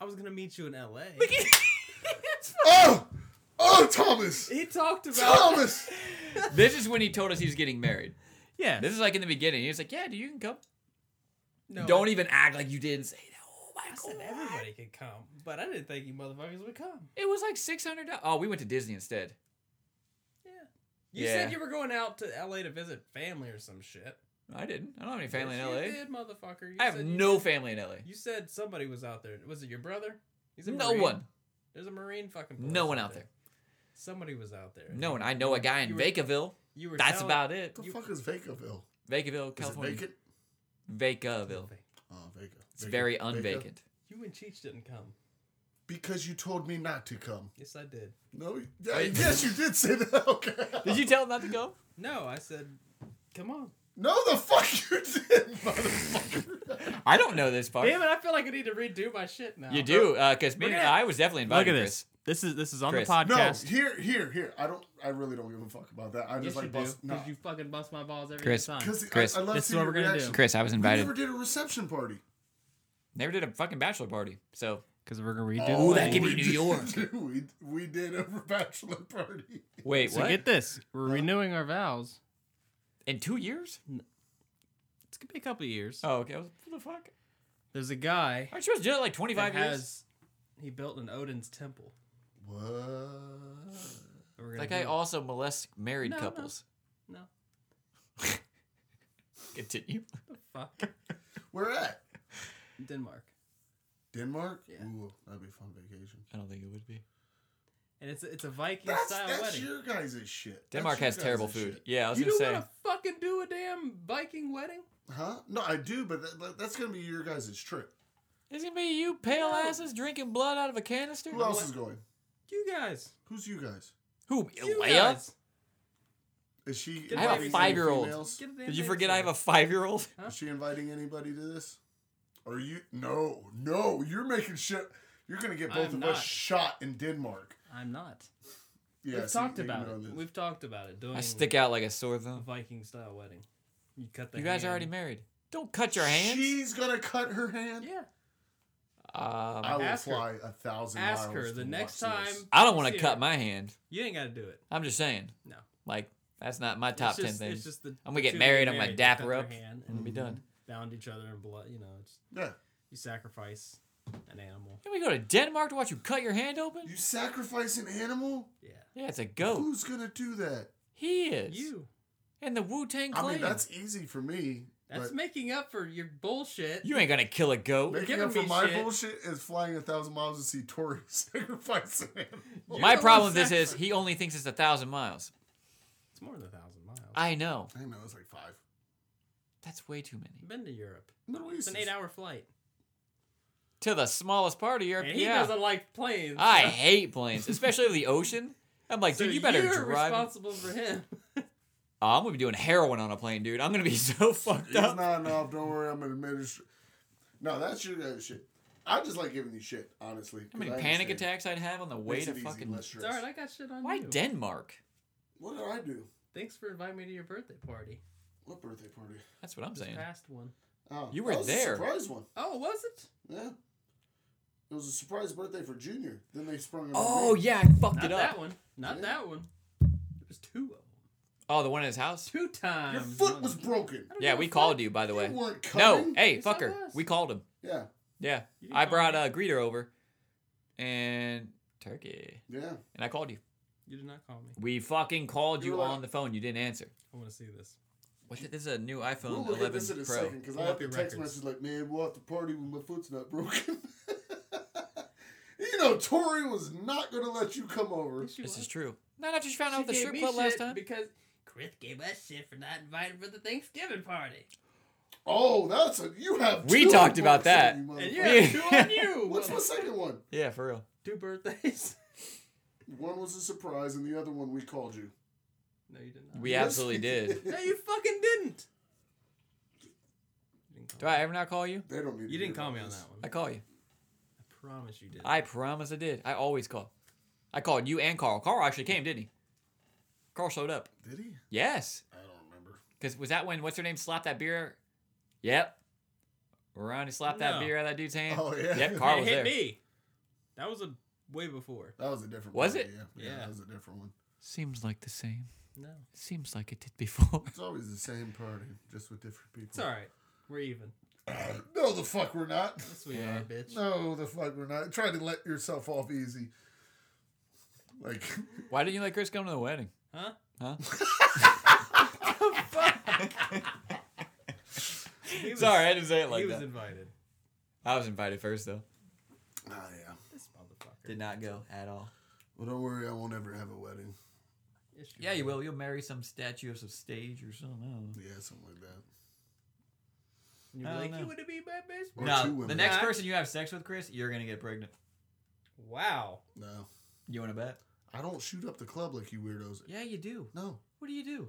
I was gonna meet you in L.A.
[laughs] It's fu-
Oh, oh, Thomas,
He talked about. [laughs]
Thomas.
this is when he told us he was getting married.
Yeah.
This is like in the beginning. He was like, yeah, dude, you can come.
No,
Don't even act like you didn't say that. Oh my
I
god.
said everybody could come, but I didn't think you motherfuckers would come.
It was like six hundred dollars. Oh, we went to Disney instead.
Yeah. You
Yeah.
said you were going out to LA to visit family or some shit.
I didn't. I don't have any family
Yes,
in LA.
You did, motherfucker. You
I have
said you
no
did.
family in LA.
You said somebody was out there. Was it your brother? He's
No
Marine.
one.
There's a Marine fucking.
No
police
one out there.
Somebody was out there.
No one. I know a guy in
You were-
Vacaville.
You were.
That's
telling-
about it.
What the
You-
fuck is Vacaville?
Vacaville,
Is it
California.
vacant?
Vacaville.
Oh, Vaca.
It's
Vaca-
very
Vaca?
unvacant.
You and Cheech didn't come.
Because you told me not to come.
Yes, I did.
No. Yeah, yes, you did say that. [laughs] Okay.
Did you tell him not to go?
No, I said, come on.
No, the fuck you did, [laughs] motherfucker.
I don't know this part.
Damn it! I feel like I need to redo my shit now.
You do, because me
Look
and
at-
I was definitely
Look
invited.
at this. This is this is on
Chris.
the
No.
no,
podcast.
here, here, here. I don't. I really don't give a fuck about that. I
Yes,
just
you
like
do.
bust.
Because
No.
you fucking bust my balls every
Chris.
time.
Because I,
Chris,
I love
this is
seeing
what
your
we're gonna do.
reaction.
Chris, I was
We
invited.
never did a reception party.
Never did a fucking bachelor party. So
Because we're gonna redo.
Oh,
the
that
wedding.
could be
we
New
did- [laughs]
York.
we, we did a [laughs] bachelor party.
wait,
So
what?
get this. We're renewing our vows.
In two years?
It's gonna be a couple of years.
Oh, okay. I was, what the fuck?
There's a guy
Aren't you supposed to do it like twenty
That
five years?
has. He built an Odin's temple.
What?
that we're gonna
That guy
do.
also molests married
No, no.
couples.
No.
Continue.
Fuck. [laughs]
Where at?
Denmark.
Denmark.
Yeah.
Ooh, that'd be a fun vacation.
I don't think it would be.
And it's a, it's a Viking
That's,
style
that's
wedding.
your guys' shit. That's
Denmark
your
has
guys'
terrible
shit.
food. Yeah, I was
you
gonna
don't
say.
want to fucking do a damn Viking wedding?
Huh? No, I do, but that, that- that's gonna be your guys' trip.
It's gonna be you pale asses drinking blood out of a canister.
Who else is going?
You guys.
Who's you guys?
Who?
You
Leia?
guys.
Is she?
I have a
inviting any
five-year-old.
females?
Get a damn
Did you
baby
forget I have
shower.
a five year old?
Huh?
Is she inviting anybody to this? Are you? No, no. You're making shit. You're gonna get both
I'm
of us
not.
shot in Denmark.
I'm not.
Yeah,
We've
see,
talked about
ignore
it.
this.
We've talked about it. Doing
I stick out like a sore
a
thumb.
Viking style wedding. You cut the
You guys are already
hand.
married. Don't cut your hands.
She's gonna cut her hand.
Yeah.
Um,
I will
Ask her.
fly a thousand
Ask
miles
her the
to
next
watch this.
time.
I don't want to
See
cut
her.
my hand.
You ain't got to do it.
I'm just saying.
No.
Like that's not my top
it's just,
ten
It's
things.
just the
I'm gonna get
two that
married,
are
I'm gonna
they
dap
cut
her
their
up,
hand
Mm-hmm.
and be done.
Bound each other in blood. You know, it's,
Yeah.
you sacrifice an animal.
Can we go to Denmark to watch you cut your hand open?
You sacrifice an animal?
Yeah.
Yeah, it's a goat.
Who's gonna do that?
He is.
You.
And the Wu Tang Clan.
I mean, that's easy for me.
That's
but
making up for your bullshit.
You ain't gonna kill a goat.
making
giving
up for
me
my
shit.
bullshit is flying a thousand miles to see Tori [laughs] sacrifice an animal.
My
the
problem
one
with this is
sacrifice.
he only thinks it's a thousand miles.
It's more than a thousand miles.
I know.
I know it's like five.
That's way too many.
I've been to Europe.
Middle
It's
East.
an
is-
eight-hour flight,
To the smallest part of Europe.
and he
Yeah.
doesn't like planes.
I
so-
hate planes, especially over the ocean. I'm like,
so
dude, you better
you're
drive.
responsible for him. [laughs]
Oh, I'm gonna be doing heroin on a plane, dude. I'm gonna be [laughs] so fucked
He's
up.
not enough. Don't worry, I'm an administrator. No, that's your guys' shit. I just like giving you shit, honestly.
How many
'cause I
panic
understand.
attacks I'd have on the way
Makes
to
it easy,
fucking.
less
it's
stress.
all right. I got shit on
Why
you.
Denmark?
What did I do?
Thanks for inviting me to your birthday party.
What birthday party?
That's what I'm
This
saying.
past one.
Oh,
You were
that was
there.
A surprise one.
Oh, was it?
Yeah. It was a surprise birthday for Junior. Then they sprung it.
Oh yeah,
yeah.
I fucked
Not
it
that
up.
one. Not
Yeah.
that one. It was two of them.
Oh, the one in his house.
Two times.
Your foot
one.
was broken.
don't
Yeah,
give a
we
fuck.
called you, by the way.
You weren't
No,
coming.
hey,
You said
fucker,
us.
we called him.
Yeah,
Yeah,
You didn't
I
call
brought
me.
uh, Greeter over, and Turkey,
yeah.
and I called you.
You did not call me.
We fucking called
You
you
were like-
on the phone. You didn't answer.
I want to see this.
What's it? This is a new
We'll
iPhone
look at
11
this in a
Pro.
second because
Pull
I have
up
the
your
text
records.
message like, man, we'll have to party when my foot's not broken. [laughs] you know, Tori was not going to let you come over.
Yes, you
This
was.
is true. Not after she found out
She
at the
gave
strip
me
club last
shit
time.
because Chris gave us shit for not inviting for the Thanksgiving party,
Oh, that's a. You have.
We
two
talked about
books on
that.
you,
and
motherfucker.
you
Yeah.
have two
[laughs]
on you.
What's the second one?
Yeah, for real.
Two birthdays. [laughs]
One was a surprise, and the other one we called you.
No, you did not.
We
Yes.
absolutely
[laughs]
did.
no, you fucking didn't. You didn't call,
Do I ever not call you?
They don't need. to
you didn't
hear
call
about
me on
this.
that one.
I call you.
I promise you did.
I promise I did. I always call. I called you and Carl. Carl actually came, didn't he? Carl showed up.
Did he?
Yes.
I don't remember.
Because was that when, what's her name, slapped that beer? Yep. Ronnie slapped that
No.
beer out of that dude's hand.
Oh, yeah.
Yep,
Hey,
Carl
it
was
hit
there.
me. That was a way before.
That was a different.
Was
one,
it?
Yeah. yeah,
Yeah.
that was a different one.
Seems like the same.
No,
Seems like it did before. [laughs]
It's always the same party, just with different people.
it's all right. We're even.
[clears throat] No, the fuck we're not.
Yes, we
Yeah.
are, bitch.
No, the fuck we're not. Try to let yourself off easy. Like, [laughs]
Why didn't you let Chris come to the wedding?
Huh?
Huh? [laughs]
He was-
Sorry, I didn't say it
he
like
was
that.
invited.
I was invited first though.
Oh yeah.
This motherfucker.
Did not go at all.
Well, don't worry, I won't ever have a wedding.
Yes,
Yeah, you will. You'll marry some statue of some stage or something. I don't know.
Yeah, something like that.
And
I
you'd be
don't
like,
know.
you would have been my best
Or
friend.
two
No, the
women.
next
Nah.
person you have sex with, Chris, you're gonna get pregnant.
Wow.
No,
You want to bet?
I don't shoot up the club like you weirdos.
Yeah, you do.
No,
What do you do?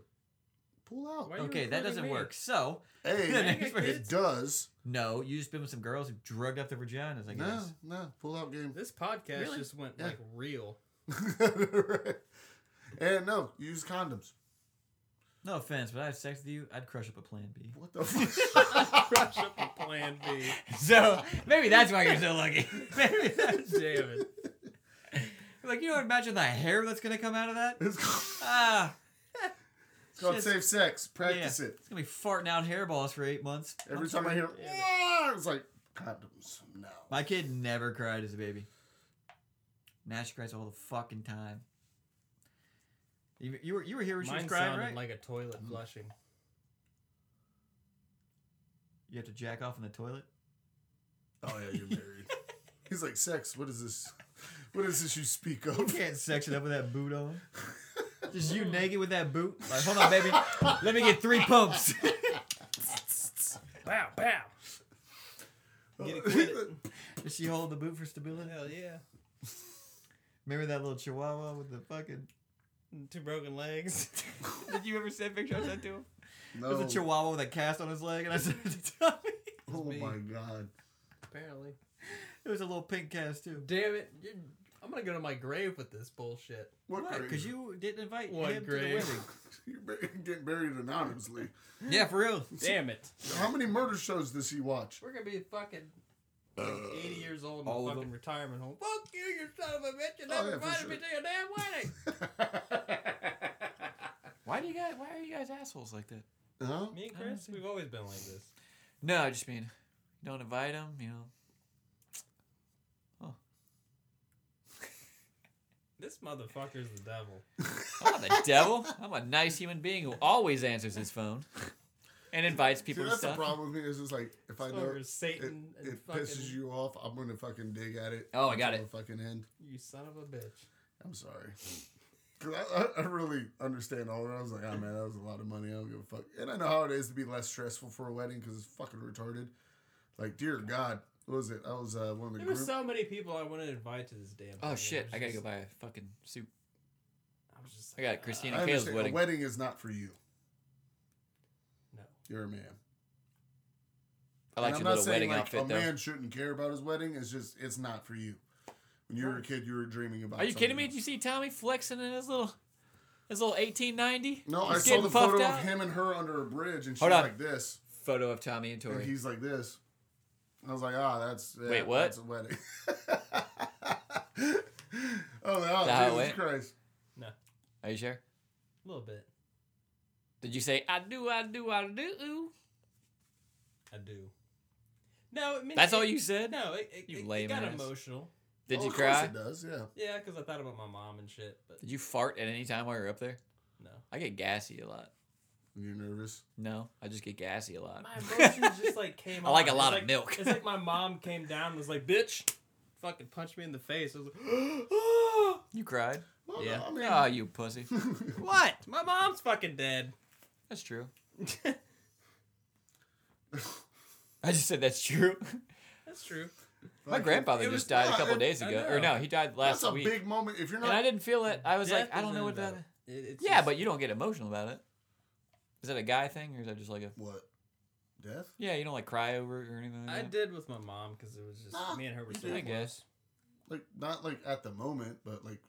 pull out.
Why are you
okay,
recording
that doesn't
me?
work. So,
Hey,
Dang it,
it
kids.
does.
no, you just been with some girls who drugged up their vaginas. I
No,
guess.
no, pull out game. [laughs]
This podcast
Really?
just went
Yeah.
like real.
and no, use condoms.
No, offense, but I have sex with you, I'd crush up a plan [laughs] B.
What the
[laughs]
fuck?
Crush up a plan B.
So maybe that's why you're so lucky. [laughs] maybe that's
Damn it.
like you know. Imagine the hair that's gonna come out of that.
it's called,
Ah,
it's called
Shit's-
safe sex. Practice
yeah.
it.
It's gonna be farting out hairballs for eight months.
Every
I'm
time I
sorry.
hear, "Ah," it's like condoms. No.
My kid never cried as a baby. Now she cries all the fucking time. You, you were you were here when she was
[laughs] Mine
crying,
sounded
right?
like a toilet flushing.
you have to jack off in the toilet.
Oh yeah, you're married. [laughs] He's like, sex. What is this? What is this you speak of?
You can't sex it up with that
[laughs]
boot on. Just you naked with that boot. Like, hold on, baby. Let me get
[laughs]
three pumps.
Bow, bow.
[laughs]
Get acquitted.
Does she hold the boot for stability?
Hell yeah.
Remember that little chihuahua with the fucking.
Two broken legs.
[laughs] Did you ever send pictures of that to him?
no.
There's a chihuahua with a cast on his leg, and I sent it to Tommy.
oh
me.
my god.
Apparently.
It was a little pink cast, too.
Damn it. You're, I'm going to go to my grave with this bullshit.
What?
grave?
Because you didn't invite
What
him to the
grave?
[laughs] wedding.
[laughs] You're bur- getting buried anonymously.
Yeah, for real.
Damn it.
How many murder shows does he watch?
We're going to be fucking like 80 years old in
all
a
of
fucking
them.
retirement home. Fuck you, you son of a bitch. You
Oh,
never
yeah, for
invited me
sure.
to your damn wedding.
Why do you guys? Why are you guys assholes like that?
Huh?
me and
I don't
Chris,
see-
we've always been like this.
No, I just mean you don't invite them. You know.
This motherfucker's the devil.
I'm not the [laughs] devil. I'm a nice human being who always answers his phone and invites
See,
people to
that's the
stuff.
problem here is it's like if I know
Motherfucker, Satan
it,
and
it
fucking
pisses you off, I'm gonna fucking dig at it.
Oh, I got
until
it.
the Fucking end.
you son of a bitch.
I'm sorry. [laughs] 'Cause I, I, I really understand all that. I was like, oh man, that was a lot of money. I don't give a fuck. And I know how it is to be less stressful for a wedding because it's fucking retarded. Like, dear God, what was it? I was uh, one of the
There
group.
were so many people I wanted to invite to this damn. thing,
Oh
and
shit!
was
I gotta go
just-
buy a fucking suit.
I was just
I
like, "Uh,
got Christina
I
Kale's
understand.
wedding.
A wedding is not for you.
No.
You're a man.
I like
And
your
I'm not
little
saying
wedding
like
outfit
a
though.
man shouldn't care about his wedding. It's just it's not for you. When you were a kid, you were dreaming about.
Are you kidding
something
me?
else.
Did you see Tommy flexing in his little his little 1890?
No,
He's
I saw
getting
the
puffed
photo
out.
of him and her under a bridge, and she's
Hold on.
like this,
Photo of Tommy and
and
Tori.
he's like this. I was like, ah, that's yeah,
Wait, what?
That's a wedding. [laughs] oh, no,
that how it
Jesus
went?
Christ!
Are you sure?
a little bit.
Did you say I do, I do, I do?
I do. No, I mean,
That's
it-
all you said?
No, it, it,
You
it- it
lame
got
ass.
emotional.
Did
Oh,
you
of course
cry?
It does, yeah.
Yeah, because I thought about my mom and shit, but
Did you fart at any time while you were up there?
no.
I get gassy a lot.
When you're nervous.
No, I just get gassy a
[laughs]
lot.
My
[laughs]
emotions just like came.
I like
out.
a lot
It's
of
like-
milk.
It's like my mom came down and was like, "Bitch, fucking punch me in the face." I was like, [gasps] "Oh,
you cried?
Well,
yeah.
I
Oh,
mean-
you pussy.
what? My mom's fucking dead."
That's true.
That's
I just said that's true. [laughs]
true.
My
[laughs] Like,
grandfather
it
just
was-
died
no,
a couple
it-
days
I
ago. Or
know.
no, he died
That's
last
a
week.
big moment. If you're
and I
not,
didn't feel it. I was like,
Death
I don't
isn't
know what
about
that.
it. It- it's
Yeah,
just-
but you don't get emotional about it. Is that a guy thing, or is that just like a?
what? Death?
Yeah, you don't like cry over it or anything. Like
I
that?
did with my mom because it was just
Nah,
me and her were
Ah, you
so
did.
I
close.
guess.
Like not like at the moment, but like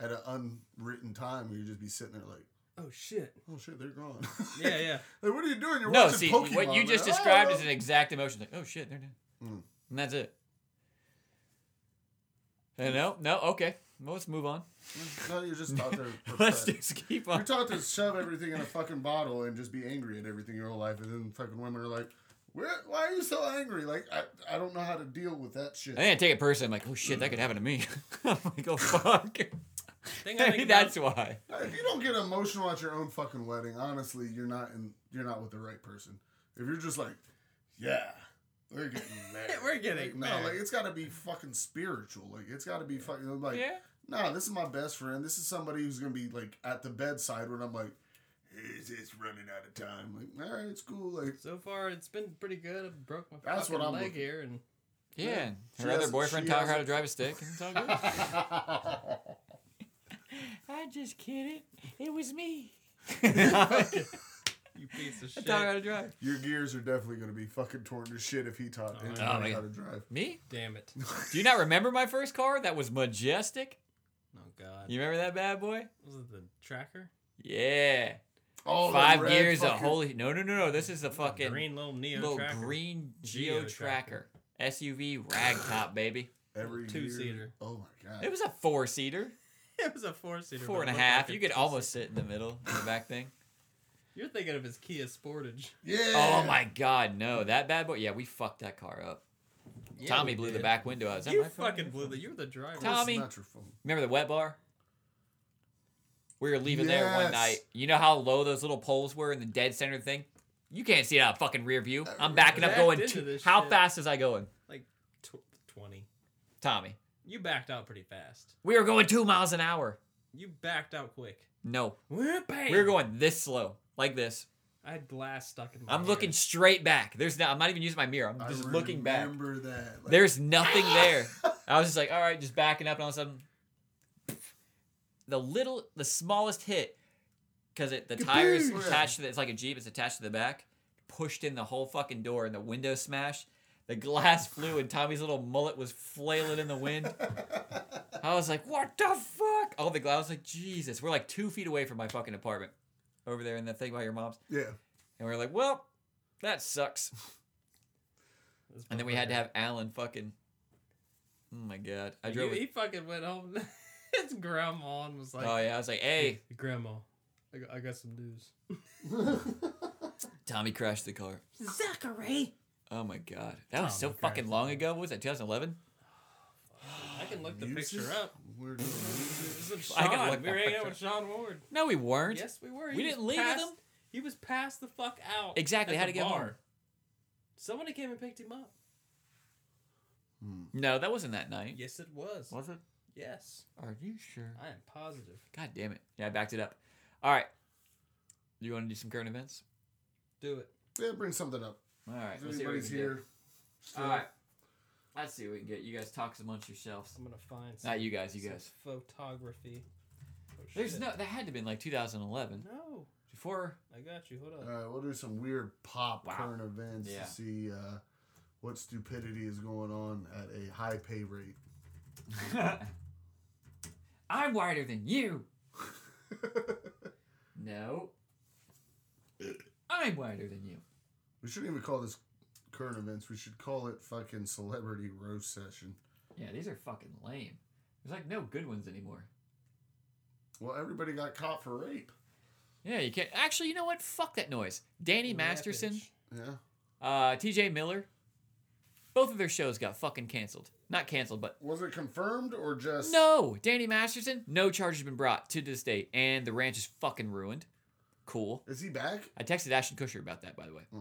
at an unwritten time, where you just be sitting there like,
Oh shit!
[laughs]
oh shit, they're gone. [laughs]
Yeah, yeah.
Like, what are you doing? You're
No,
watching
see,
Pokemon.
what you just
man.
described
Oh,
is an exact emotion. Like, oh shit, they're dead.
Mm.
And that's it. And no, no, okay. Well, let's move on.
[laughs] No, you're just
[laughs]
out there.
Let's
repressed.
just keep
You're
on.
taught to shove everything in a fucking bottle and just be angry at everything your whole life, and then fucking women are like, "Where? Why are you so angry? Like, I, I don't know how to deal with that
[laughs]
shit." [laughs]
I didn't take it personally. I'm like, oh shit, that could happen to me. I'm like, oh fuck. [laughs]
Thing I
Maybe
think
that's
about,
why.
If you don't get emotional at your own fucking wedding, honestly, you're not in. You're not with the right person. If you're just like, yeah, we're getting
[laughs]
[laughs]
married.
We're getting
Like, no,
married.
like it's got to be fucking spiritual. Like it's got to be fucking like.
Yeah.
Nah, this is my best friend. This is somebody who's gonna be like at the bedside when I'm like, it's, it's running out of time. Like, all right, it's cool. Like,
[laughs] [laughs] so far it's been pretty good. I broke my
That's what
fucking
I'm
leg
looking-
here, and
Yeah.
She
Her other
hasn't-
boyfriend
she
taught her how to
hasn't-
drive a stick. It's all good.
[laughs]
I just kidding. It was
[laughs]
me. [laughs] I
you piece
[laughs]
of shit.
taught her how to drive.
your gears are definitely gonna be fucking torn to shit if he taught anybody
Oh, yeah.
how to drive.
Me?
Damn
[laughs]
it!
Do you not remember my first car? That was majestic.
Oh God,
You remember that bad boy?
was it the tracker?
Yeah.
Oh, that
Five
red
years of
fucking-
holy. No, no, no, no. This is a fucking
green little neo
little
tracker.
green
Geo
Geo Tracker SUV ragtop baby.
every
two-seater.
year. Oh my god.
It was a four seater,
[laughs] It was a four seater.
four and a half. You could almost sit in the middle in the
[laughs]
back thing.
You're thinking of his Kia Sportage.
yeah.
Oh my god, no, that bad boy. Yeah, we fucked that car up. Tommy
we
blew the
did.
back window out. Is that
You
my fault?
fucking blew the. You were the driver.
Tom- Tommy.
Not your phone.
Remember the wet bar? We were leaving there one
Yes.
night. You know how low those little poles were in the dead center of the thing? You can't see it out of fucking rear view. I'm backing up
backed
going.
into
two-
Uh, this
how
shit.
fast is I going?
Like tw- twenty.
Tommy.
You backed out pretty fast.
We were going two miles an hour.
You backed out quick.
No.
Bam.
We were going this slow. Like this.
I had glass stuck in my.
I'm looking
ear.
straight back. There's no, I'm not even using my mirror. I'm
I
just looking back.
Remember that. Like,
There's nothing there. I was just like, all right, just backing up, and all of a sudden, the little, the smallest hit, because it the tire is
Kaboom!
attached to the, it's like a jeep, it's attached to the back, pushed in the whole fucking door, and the window smashed. The glass [laughs] flew, and Tommy's little mullet was flailing in the wind. I was like, what the fuck? All the glass. I was like, Jesus, we're like two feet away from my fucking apartment, over there in the thing by your mom's,
yeah.
and we are like, well, that sucks.
This
And then we had to
motherfucker.
have Alan fucking. Oh my god! I drove.
You-
with-
he fucking went home. [laughs] His grandma and was like,
oh yeah, I was like, "Hey,
Grandma, I got, I got some news.
Tommy crashed the car."
Zachary.
Oh my god, that was so
Tommy crashed
fucking
the
long ago. What was that 2011?
I can look the
Music?
picture up.
We're doing music.
This is
I
Sean.
can look
we were
that
hanging out
picture
with Sean Ward.
No, we weren't.
Yes, we were. was
We didn't leave with
passed-
him?
He was passed the fuck out.
Exactly,
at
how
the
to get
bar.
home.
Somebody came and picked him up.
No, that wasn't that night.
Yes, it was.
Was it?
Yes,
Are you sure?
I am positive.
God damn it! Yeah, I backed it up. All right. Do you want to do some current events?
Do it.
Yeah, bring something up.
All right.
If
Let's see what we
anybody's
can do.
here.
All right. Let's see what we can get. You guys talk amongst yourselves.
I'm gonna find. Some,
Not you guys. You
some
guys.
Photography. Oh,
There's
shit.
no. That had to have been like 2011.
No,
Before.
I got you. Hold
All
on.
right, Uh, we'll do some weird pop
Wow.
current events
Yeah.
to see uh, what stupidity is going on at a high pay rate.
[laughs] I'm wider than you. no. I'm wider than you.
We shouldn't even call this current events. We should call it fucking celebrity roast session.
Yeah, these are fucking lame. There's like no good ones anymore.
Well, everybody got caught for rape.
Yeah, you can't. Actually, you know what? Fuck that noise. Danny Masterson,
Rampage.
Yeah.
uh, TJ Miller, both of their shows got fucking canceled. Not canceled, but.
Was it confirmed or just
No! Danny Masterson, no charges been brought to this date, and the ranch is fucking ruined. Cool.
Is he back?
I texted Ashton Kutcher about that, by the way.
Hmm.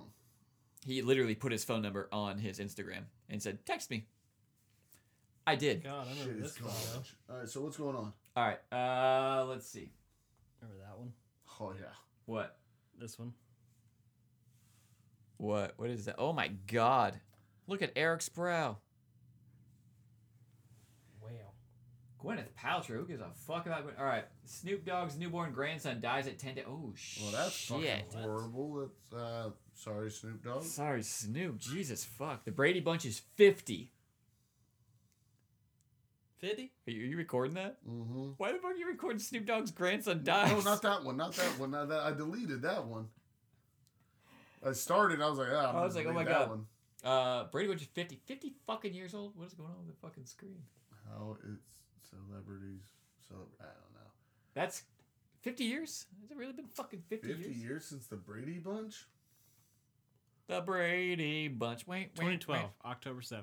He literally put his phone number on his Instagram and said, "Text me." I did.
God, I remember
Shit is
this photo.
college. All right, so what's going on?
All right. Uh, let's see.
Remember that one?
Oh yeah.
What?
This one.
What? What is that? Oh my God! Look at Eric's brow.
Wow.
Gwyneth Paltrow. Who gives a fuck about Gwyneth? All right. Snoop Dogg's newborn grandson dies at ten. To- oh shit.
Well, that's fucking horrible. That's uh, sorry, Snoop Dogg.
Sorry, Snoop. Jesus fuck. The Brady Bunch is fifty.
Fifty.
Are you, are you recording that?
Mm-hmm.
Why the fuck are you recording Snoop Dogg's grandson dies?
No, Oh, not that one. Not that one. Not that, I deleted that one. I started. I was like, ah, I'm
I was
gonna
like, oh my
delete that
God.
One.
Uh, Brady Bunch is 50, 50 fucking years old. What is going on with the fucking screen?
How it's celebrities. So I don't know.
That's fifty years. Has it really been fucking fifty,
Fifty
years?
years? since the Brady Bunch.
The Brady Bunch. Wait, wait,
2012, October 7th.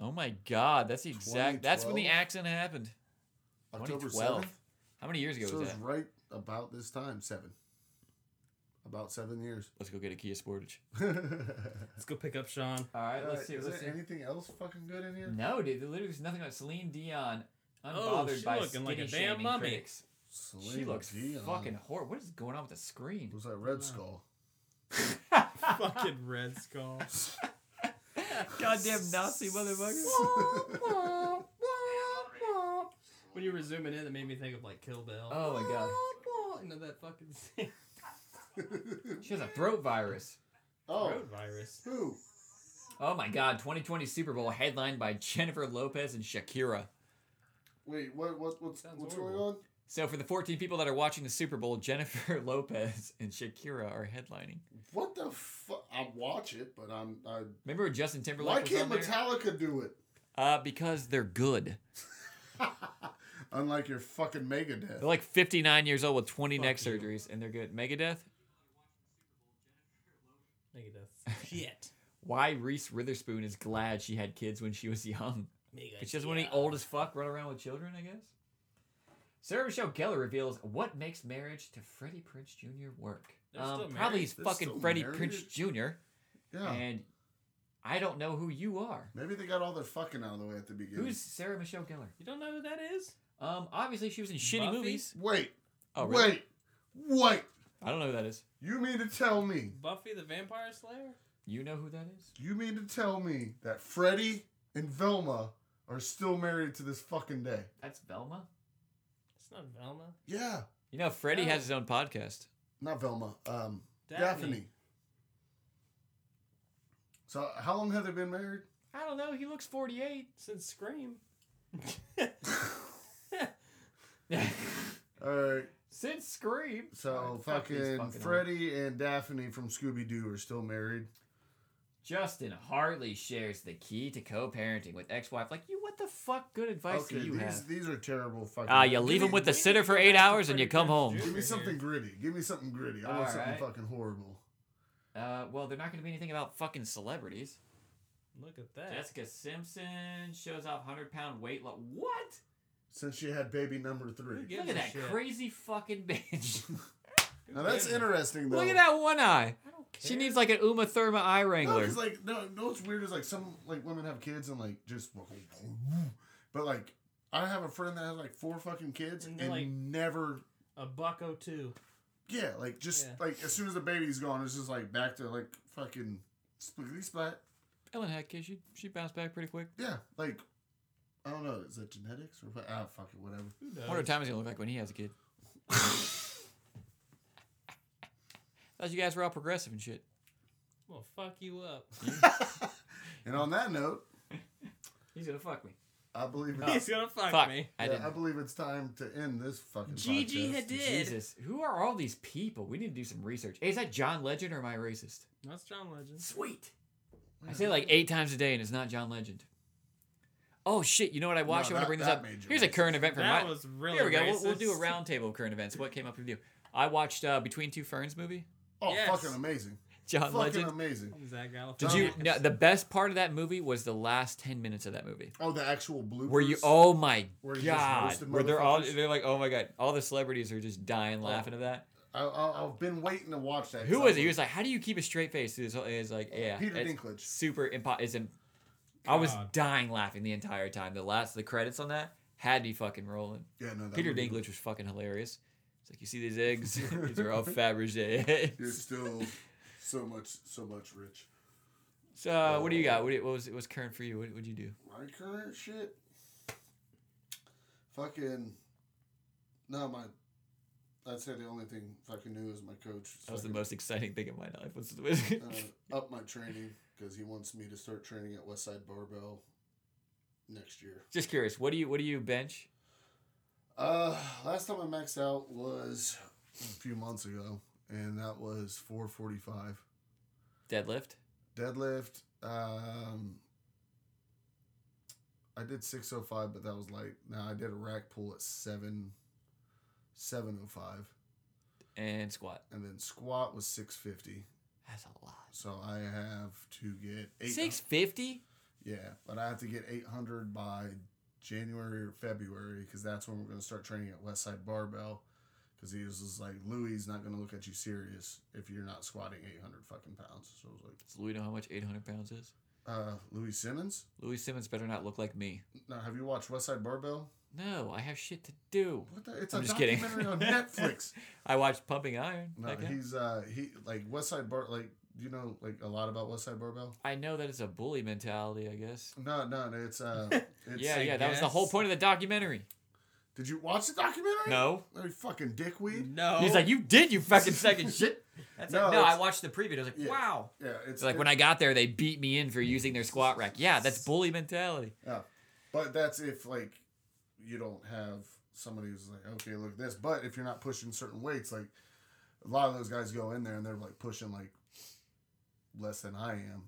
Oh my God, that's the exact. That's when the
2012?
accident happened.
October
2012.
7th?
How many years ago
So it
was
was
that?
right about this time, seven. About seven years. [laughs]
Let's go get a Kia Sportage.
Let's go pick up Sean.
All right,
Alright,
let's see.
Uh, Is
Let's
there
see.
anything else fucking good in here?
No, dude, there literally was nothing like Celine Dion. Unbothered
Oh, she
by
looking like a
skinny
damn
shaming
mummy.
critics. She
Celine
looks
Dion.
fucking horrible. What is going on with the
[laughs]
screen?
Was that Red Skull?
[laughs] Fucking Red Skull.
Goddamn Nazi motherfucker.
When you were zooming in, it made me think of like Kill Bill.
Oh my God.
You know that fucking scene.
[laughs] she has a throat virus.
[laughs] oh,
Road virus.
who?
Oh my god, 2020 Super Bowl headlined by Jennifer Lopez and Shakira.
Wait, what? What? What's
Sounds
what's
horrible.
going on?
So for the 14 people that are watching the Super Bowl, [laughs] Jennifer Lopez and Shakira are headlining.
What the fuck? I watch it, but I'm. I,
Remember when Justin Timberlake
why
was
can't
on there?
Metallica do it? [laughs]
uh, because they're good.
Unlike your fucking Megadeth.
They're like 59 years old with 20
Fuck
neck
you.
surgeries, and they're good. Megadeth.
Megadeth. Shit.
Why Reese Witherspoon is glad she had kids when she was [laughs] young.
Megadeth.
It's just when he old as fuck, run around with children, I guess. Sarah Michelle Gellar reveals what makes marriage to Freddie Prince Jr. work.
They're still
Um,
married?
probably he's
They're
fucking
still
Freddie
married?
Prince Jr.
Yeah.
And I don't know who you are.
Maybe they got all their fucking out of the way at the beginning.
Who's Sarah Michelle Gellar?
You don't know who that is?
Um, obviously she was in shitty
Buffy?
movies.
Wait.
Oh, really?
Wait. Wait.
I don't know who that is.
You mean to tell me?
Buffy the Vampire Slayer?
You know who that is?
You mean to tell me that Freddie and Velma are still married to this fucking day?
That's Velma.
It's not Velma.
Yeah.
You know Freddie
No.
has his own podcast.
Not Velma. Um, Daphne.
Daphne.
So how long have they been married?
I don't know. He looks 48.
Since Scream.
All right.
[laughs] Since Scream.
So
God, fuck these
fucking,
old-
Freddie and Daphne from Scooby Doo are still married.
Justin Hartley shares the key to co-parenting with ex-wife. Like, you, what the fuck? Good advice
okay,
do you
these
have?
these are terrible fucking.
Ah, you leave
Give
him
me-
with the sitter for eight hours and you come home.
Give me something gritty. Give me something gritty. I want
All
something
right.
fucking horrible.
Uh, well, they're not going to be anything about fucking celebrities.
Look at that.
Jessica Simpson shows off hundred pound weight loss. What?
Since she had baby number
Who
three.
gives
Look at
a
that
shit?
crazy fucking [laughs]
[laughs]
bitch.
Now that's interesting though.
Look at that one eye.
I don't care.
She needs like an Uma Thurma eye
No,
wrangler.
because like no, no. What's weird is like some like women have kids and like just, [laughs] but like I have a friend that has like four fucking kids and,
And they're like-
never
a buck o two.
Yeah, like just
Yeah.
like as soon as the baby's gone, it's just like back to like fucking splickety splat.
Ellen Hetkins, she she bounced back pretty quick.
Yeah, like I don't know, is that genetics or what? Ah, fuck
[laughs]
it, whatever.
Who
I wonder
knows?
what time he's gonna look like when he has a kid. [laughs] Thought you guys were all progressive and shit.
Well, fuck you
[laughs]
up. [laughs]
And on that note,
He's gonna fuck me.
I believe
He's
it's,
gonna fuck,
Fuck
me.
I
yeah, I,
didn't.
believe it's time to end this fucking.
Gigi
podcast.
Hadid.
Jesus, who are all these people? We need to do some research. Hey, is that John Legend or am I racist?
That's John Legend.
Sweet. I say it like eight times a day, and it's not John Legend. Oh shit! You know what I watched?
No,
I want to
that-
bring this
that
up.
made you
Here's a
racist.
current event from
That
my.
was really
Here we go. We'll, we'll do a
racist.
roundtable of current events. What came up with you? I watched uh, Between Two Ferns movie.
Oh,
Yes.
fucking amazing!
John
fucking
Legend.
amazing!
Zach Galifianakis.
Did you? No, the best part of that movie was the last ten minutes of that movie.
Oh, the actual bloopers.
Where you? Oh my
Where you just
god!
roasted
Where they're all?
motherfuckers. Oh,
They're like, oh my god! All the celebrities are just dying laughing at that.
I, I, I've been waiting to watch that.
Who was it? He was like, "How do you keep a straight face?" Is is like, yeah,
Peter
it's
Dinklage.
Super impo- is imp- I was
God.
dying laughing the entire time. The last the credits on that had me fucking rolling.
Yeah, no, that
Peter
movie-
Dinklage was fucking hilarious. It's like you see these
[laughs]
eggs; [laughs] these are all Fabergé
You're
eggs. [laughs]
still so much, so much rich.
So, uh, what do you
uh,
got? What, do you- what was it was current for you? What would you do?
My current shit. Fucking. No, my. I'd say the only thing fucking new is my coach.
That was the
fucking,
most exciting thing in my life. Was the [laughs]
Uh, up my training because he wants me to start training at Westside Barbell next year.
just curious. What do you what do you bench?
Uh, last time I maxed out was a few months ago, and that was 445.
Deadlift.
Deadlift, um, I did 605, but that was light. Now I did a rack pull at 7, 705.
and squat.
and then squat was 650
That's a lot.
so i have to get eight
Six fifty.
yeah but i have to get 800 by January or February because that's when we're going to start training at Westside Barbell. Because he was just like, Louis is not going to look at you serious if you're not squatting 800 fucking pounds. So I was like,
Does Louis know how much 800 pounds is?
uh, Louis Simmons?
Louis Simmons better not look like me.
Now, have you watched Westside Barbell?
No, I have shit to do.
What the? It's
I'm
a
just kidding.
documentary
[laughs]
on Netflix.
I watched Pumping Iron.
No,
that guy.
he's uh he like Westside Bar like you know like a lot about Westside Barbell.
I know that it's a bully mentality, I guess.
No, no, no,
[laughs]
it's uh, it's,
yeah,
I
yeah, that was the whole
guess.
point of the documentary.
Did you watch the documentary?
No. Mm.
Oh, you fucking dickweed.
No.
He's like, you did, you fucking [laughs] second shit. That's
No,
like, no,
it's-
I watched the preview. I was like,
Yeah.
wow.
Yeah, it's
It's like when I got there, they beat me in for using their squat rack. Yeah, that's bully mentality.
But that's if like you don't have somebody who's like, okay, look at this. But if you're not pushing certain weights, like a lot of those guys go in there and they're like pushing like less than I am,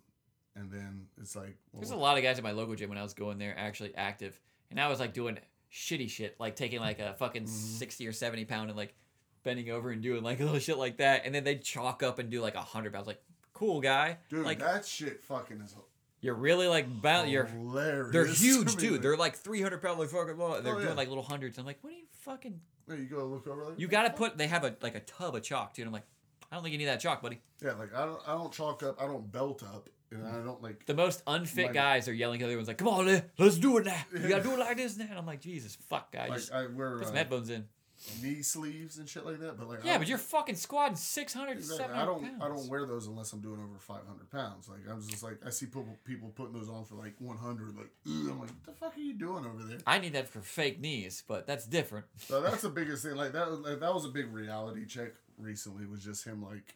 and then it's like well,
There's a lot of guys at my local gym when I was going there actually active, and I was like doing shitty shit, like taking like a fucking sixty or seventy pound and like bending over and doing like [laughs] a little shit like that, and then they would chalk up and do like a hundred pounds. Like, cool guy,
dude,
like
that shit fucking is
you're really like
Oh,
bound. You're
hilarious.
they're
[laughs] to
huge,
me,
dude.
like-
They're like three hundred pound, like fucking. Blah. They're
Oh, yeah.
doing like little hundreds. I'm like, what are you fucking?
Yeah, you go look over there.
You gotta put. They have a like a tub of chalk, dude. I'm like, I don't think you need that chalk, buddy.
Yeah, like I don't, I don't chalk up, I don't belt up, and I don't like.
the most unfit
Like-
guys are yelling at the other ones like, "Come on, le- let's do it now. You gotta do it like this now." And I'm like, "Jesus, fuck, guys,
Like
just
I wear
put some
uh,
headphones in."
knee sleeves and shit like that, but like I
Yeah,
don't-
but you're fucking squatting 600,
exactly.
700
I don't
pounds.
I don't wear those unless I'm doing over 500 pounds. Like I'm just like I see people people putting those on for like 100. Like "Ugh," I'm like, what the fuck are you doing over there?
I need that for fake knees, but that's different. [laughs]
So that's the biggest thing. Like that like, that was a big reality check recently. Was just him like.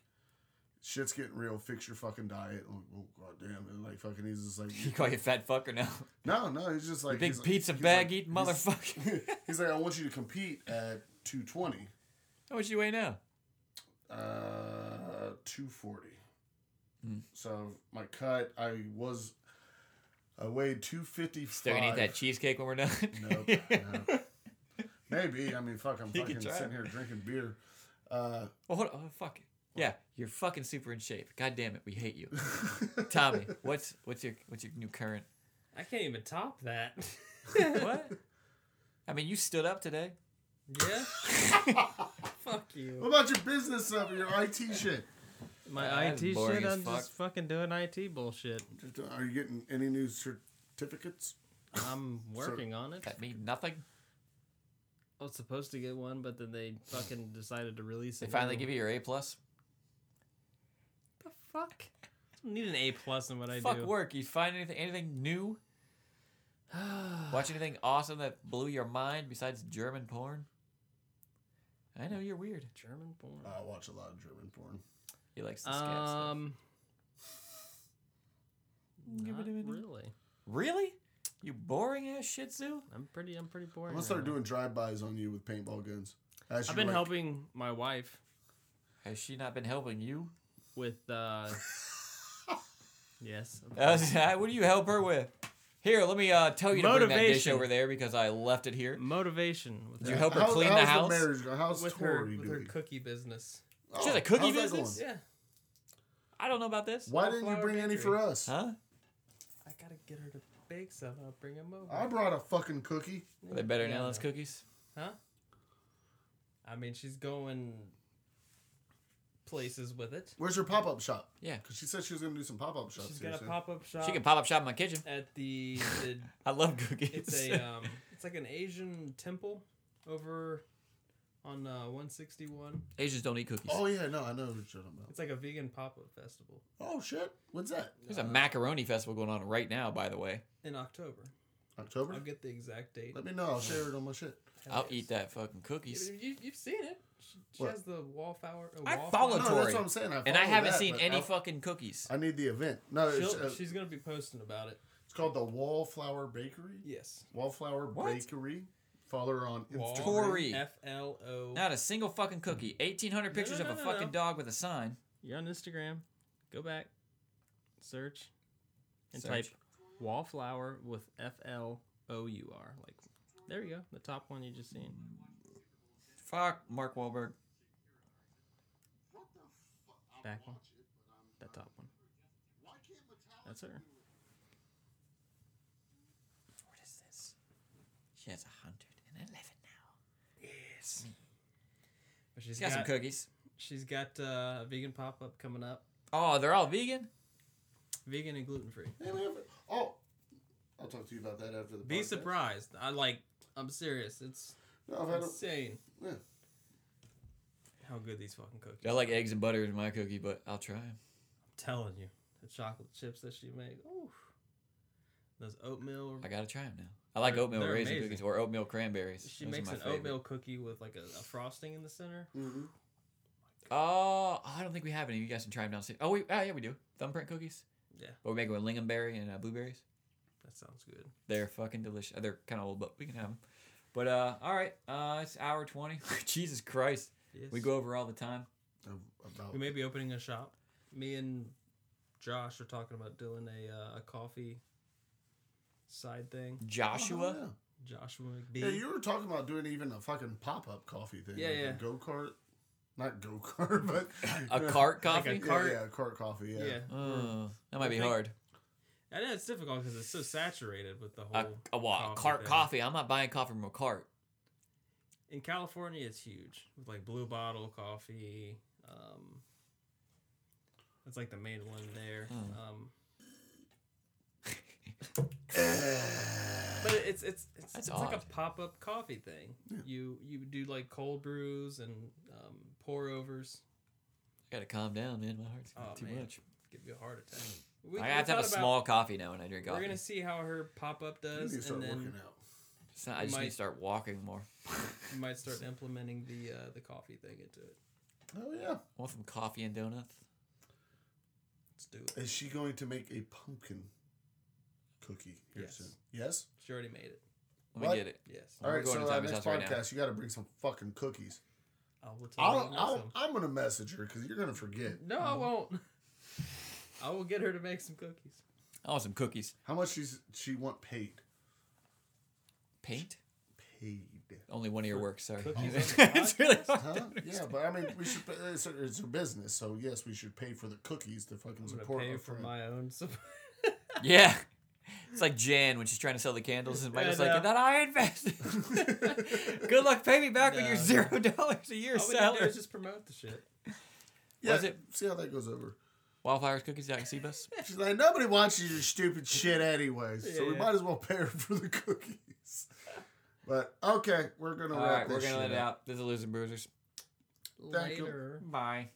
Shit's getting real. Fix your fucking diet. I'm like, oh god damn! And like fucking, he's
[laughs]
just like,
You call you fat fuck or no?
no, no. He's just like
Big
he's like-
pizza
he's
bag
like-
eating
he's-
motherfucker. [laughs]
[laughs] he's like, I want you to compete at 220.
How much you weigh now?
Uh, 240.
Hmm.
So my cut, I was, I weighed 255.
Still gonna eat that cheesecake when we're done?
[laughs]
[laughs]
Nope, no. Maybe. I mean, fuck, I'm
You
fucking
can try.
sitting here drinking beer. Uh, [laughs]
Oh, hold on. Oh, fuck it. Yeah, you're fucking super in shape. God damn it, we hate you, Tommy. What's what's your what's your new current?
I can't even top that.
[laughs] What? I mean, you stood up today.
yeah. Fuck
what
you.
about your business stuff, your IT shit?
Uh,
My
that's
IT shit,
boring as
I'm just
fuck.
fucking doing IT bullshit.
Just, uh, Are you getting any new certificates?
[laughs]
I'm working on it.
That mean nothing.
I was supposed to get one, but then they fucking decided to release it.
They finally give you your A plus.
the fuck. I need an A plus in what I
Fuck
do.
work. You find anything anything new?
[sighs]
Watch anything awesome that blew your mind besides German porn? I know you're weird.
German porn.
I watch a lot of German porn.
He likes the scat stuff.
Um, not really.
Really? You boring ass Shih Tzu?
I'm pretty. I'm pretty boring.
I'm gonna
right
start
now.
doing drive-bys on you with paintball guns. As
I've
you,
been
like-
helping my wife
Has she not been helping you? [laughs]
with. uh Yes.
Uh, what do you help her with? Here, let me uh, tell you to bring that dish
Motivation.
over there because I left it here.
Motivation. With
Did you
her.
help her
How-
clean the
how's
house?
marriage going? How's
With her,
Tori
with her
doing?
cookie business.
Oh,
She has a cookie
how's that
business?
going?
Yeah.
I don't know about this.
Why didn't you
Wallflower
bring any
bakery.
for us?
Huh?
I gotta get her to bake some. I'll bring them over.
I brought a fucking cookie.
Are they better than
Yeah.
Ellen's cookies?
Huh? I mean, she's going places with it.
Where's your pop up shop?
Yeah.
Because she said she was gonna do some pop up shops.
She's
here
got a
soon.
pop up shop
She can pop up shop in my kitchen.
at the, the
I love cookies.
it's a um, it's like an Asian temple over on uh, 161.
[laughs] Asians don't eat cookies.
Oh yeah, no, I know what you're talking about.
It's like a vegan pop up festival
Oh shit, when's that?
There's a macaroni festival going on right now, by the way.
in October.
October.
I'll get the exact date.
Let me know. I'll share it on my shit.
Hell
I'll
yes.
eat that fucking cookies.
You, you, you've seen it. She, she
What?
has the wallflower. Uh,
I
wallflower-
followed
No,
Tori.
that's what I'm saying. I
And I
follow
haven't
that,
seen
but
any
I-
fucking cookies.
I need the event. No, it's,
She'll,
uh,
she's gonna be posting about it.
it's called the Wallflower Bakery.
Yes.
Wallflower
What?
Bakery. Follow her on
Wall-
Instagram.
Tori.
F L O.
Not a single fucking cookie. 1,800 pictures
no, no,
of a
no,
fucking
no.
dog with a sign.
You're on Instagram. Go back, search, and
Search.
type wallflower with F L O U R. Like, there you go. The top one you just seen.
Fuck Mark Wahlberg.
Back one. That top one. That's her.
What is this? She has 111 now.
Yes.
Mm.
But she's
She's got some cookies.
She's got uh, a vegan pop up coming up,
Oh, they're all vegan?
vegan and gluten free.
Hey, we have a- Oh, I'll talk to you about that after the.
Be
podcast.
surprised. I like. I'm serious. It's
No, I've had a-
insane
yeah.
how good these fucking cookies.
I like eggs and butter in my cookie, but I'll try 'em.
I'm telling you, the chocolate chips that she made. Ooh. Those oatmeal.
I gotta try them now. I like oatmeal
they're
raisin
amazing.
cookies or oatmeal cranberries.
She
Those are
makes
my
an
favorite.
oatmeal cookie with like a, a frosting in the center.
Mhm.
Oh, I don't think we have any. You guys can try them downstairs. Oh, we, oh yeah, we do. Thumbprint cookies.
Yeah.
But we make them with lingonberry and uh, blueberries.
That sounds good.
They're fucking delicious. Uh, They're kind of old, but we can have them. But uh, all right, uh, it's hour twenty. [laughs] Jesus Christ,
Yes.
we go over all the time.
About
We may be opening a shop. Me and Josh are talking about doing a uh, a coffee side thing.
Joshua,
Oh,
Joshua
yeah.
McBee.
Yeah, you were talking about doing even a fucking pop up coffee thing.
Yeah,
like
yeah.
A go kart, not go kart, [laughs] but
a
[laughs]
cart coffee.
a
[laughs] Yeah,
cart.
yeah, a cart coffee. Yeah.
yeah.
Oh, that might be
Like-
hard.
I know it's difficult because it's so saturated with the whole.
A, a, what, a
coffee
cart
thing.
coffee. I'm not buying coffee from a cart.
In California, it's huge with like Blue Bottle Coffee. Um, that's like the main one there.
Hmm.
Um, but it- it's it's it's,
That's
it's like a
odd.
pop up coffee thing. You you do like cold brews and um, pour overs.
I gotta calm down, man. My heart's
Oh,
too
man.
much.
Give you a heart attack. We,
I
we
have to have a
thought about-
small coffee now when I drink
We're
coffee.
gonna see how her pop up
[clears throat] You need
does,
to start
and then
working out.
It's not- I just
might-
need to start walking more.
we might start implementing the uh, the coffee thing into it.
Oh yeah.
I want some coffee and donuts.
Let's do it.
Is she going to make a pumpkin cookie here
Yes.
soon? Yes.
She already made it.
Let me
What?
get it.
Yes.
All
We're
right.
going
So
to
uh,
Tommy's
next
house right now.
podcast, you got to bring some fucking cookies.
I will tell
I'll,
you
I'll,
awesome.
I'm gonna message her because you're gonna forget.
No, I won't. I will get her to make some cookies.
I want some cookies.
How much she's she want paid?
Paint?
Paid.
Only one of your works, sorry.
cookies
[laughs]
on the
it's really
Huh?
[laughs]
yeah, but I mean, we should. pay- It's her, it's her business, so yes, we should pay for the cookies to fucking
I'm gonna
support
pay
our
for
friend.
my own [laughs] support.
Yeah. It's like Jan when she's trying to sell the candles and Michael's
Yeah,
like,
no.
and then I invested. [laughs] Good luck, pay me back when
No,
you're
no.
zero dollars a year
All we can do
seller.
is just promote the shit.
[laughs] yeah,
Was it-
See how that goes over.
Wildfires cookies out in Seabus.
She's like, nobody wants your stupid shit anyway, so we
Yeah.
might as well pay her for the cookies. But okay, we're gonna
All
wrap
right, we're
this
gonna let
shit
it
up.
out. This is Losing Bruisers.
Thank you.
Later.
Bye.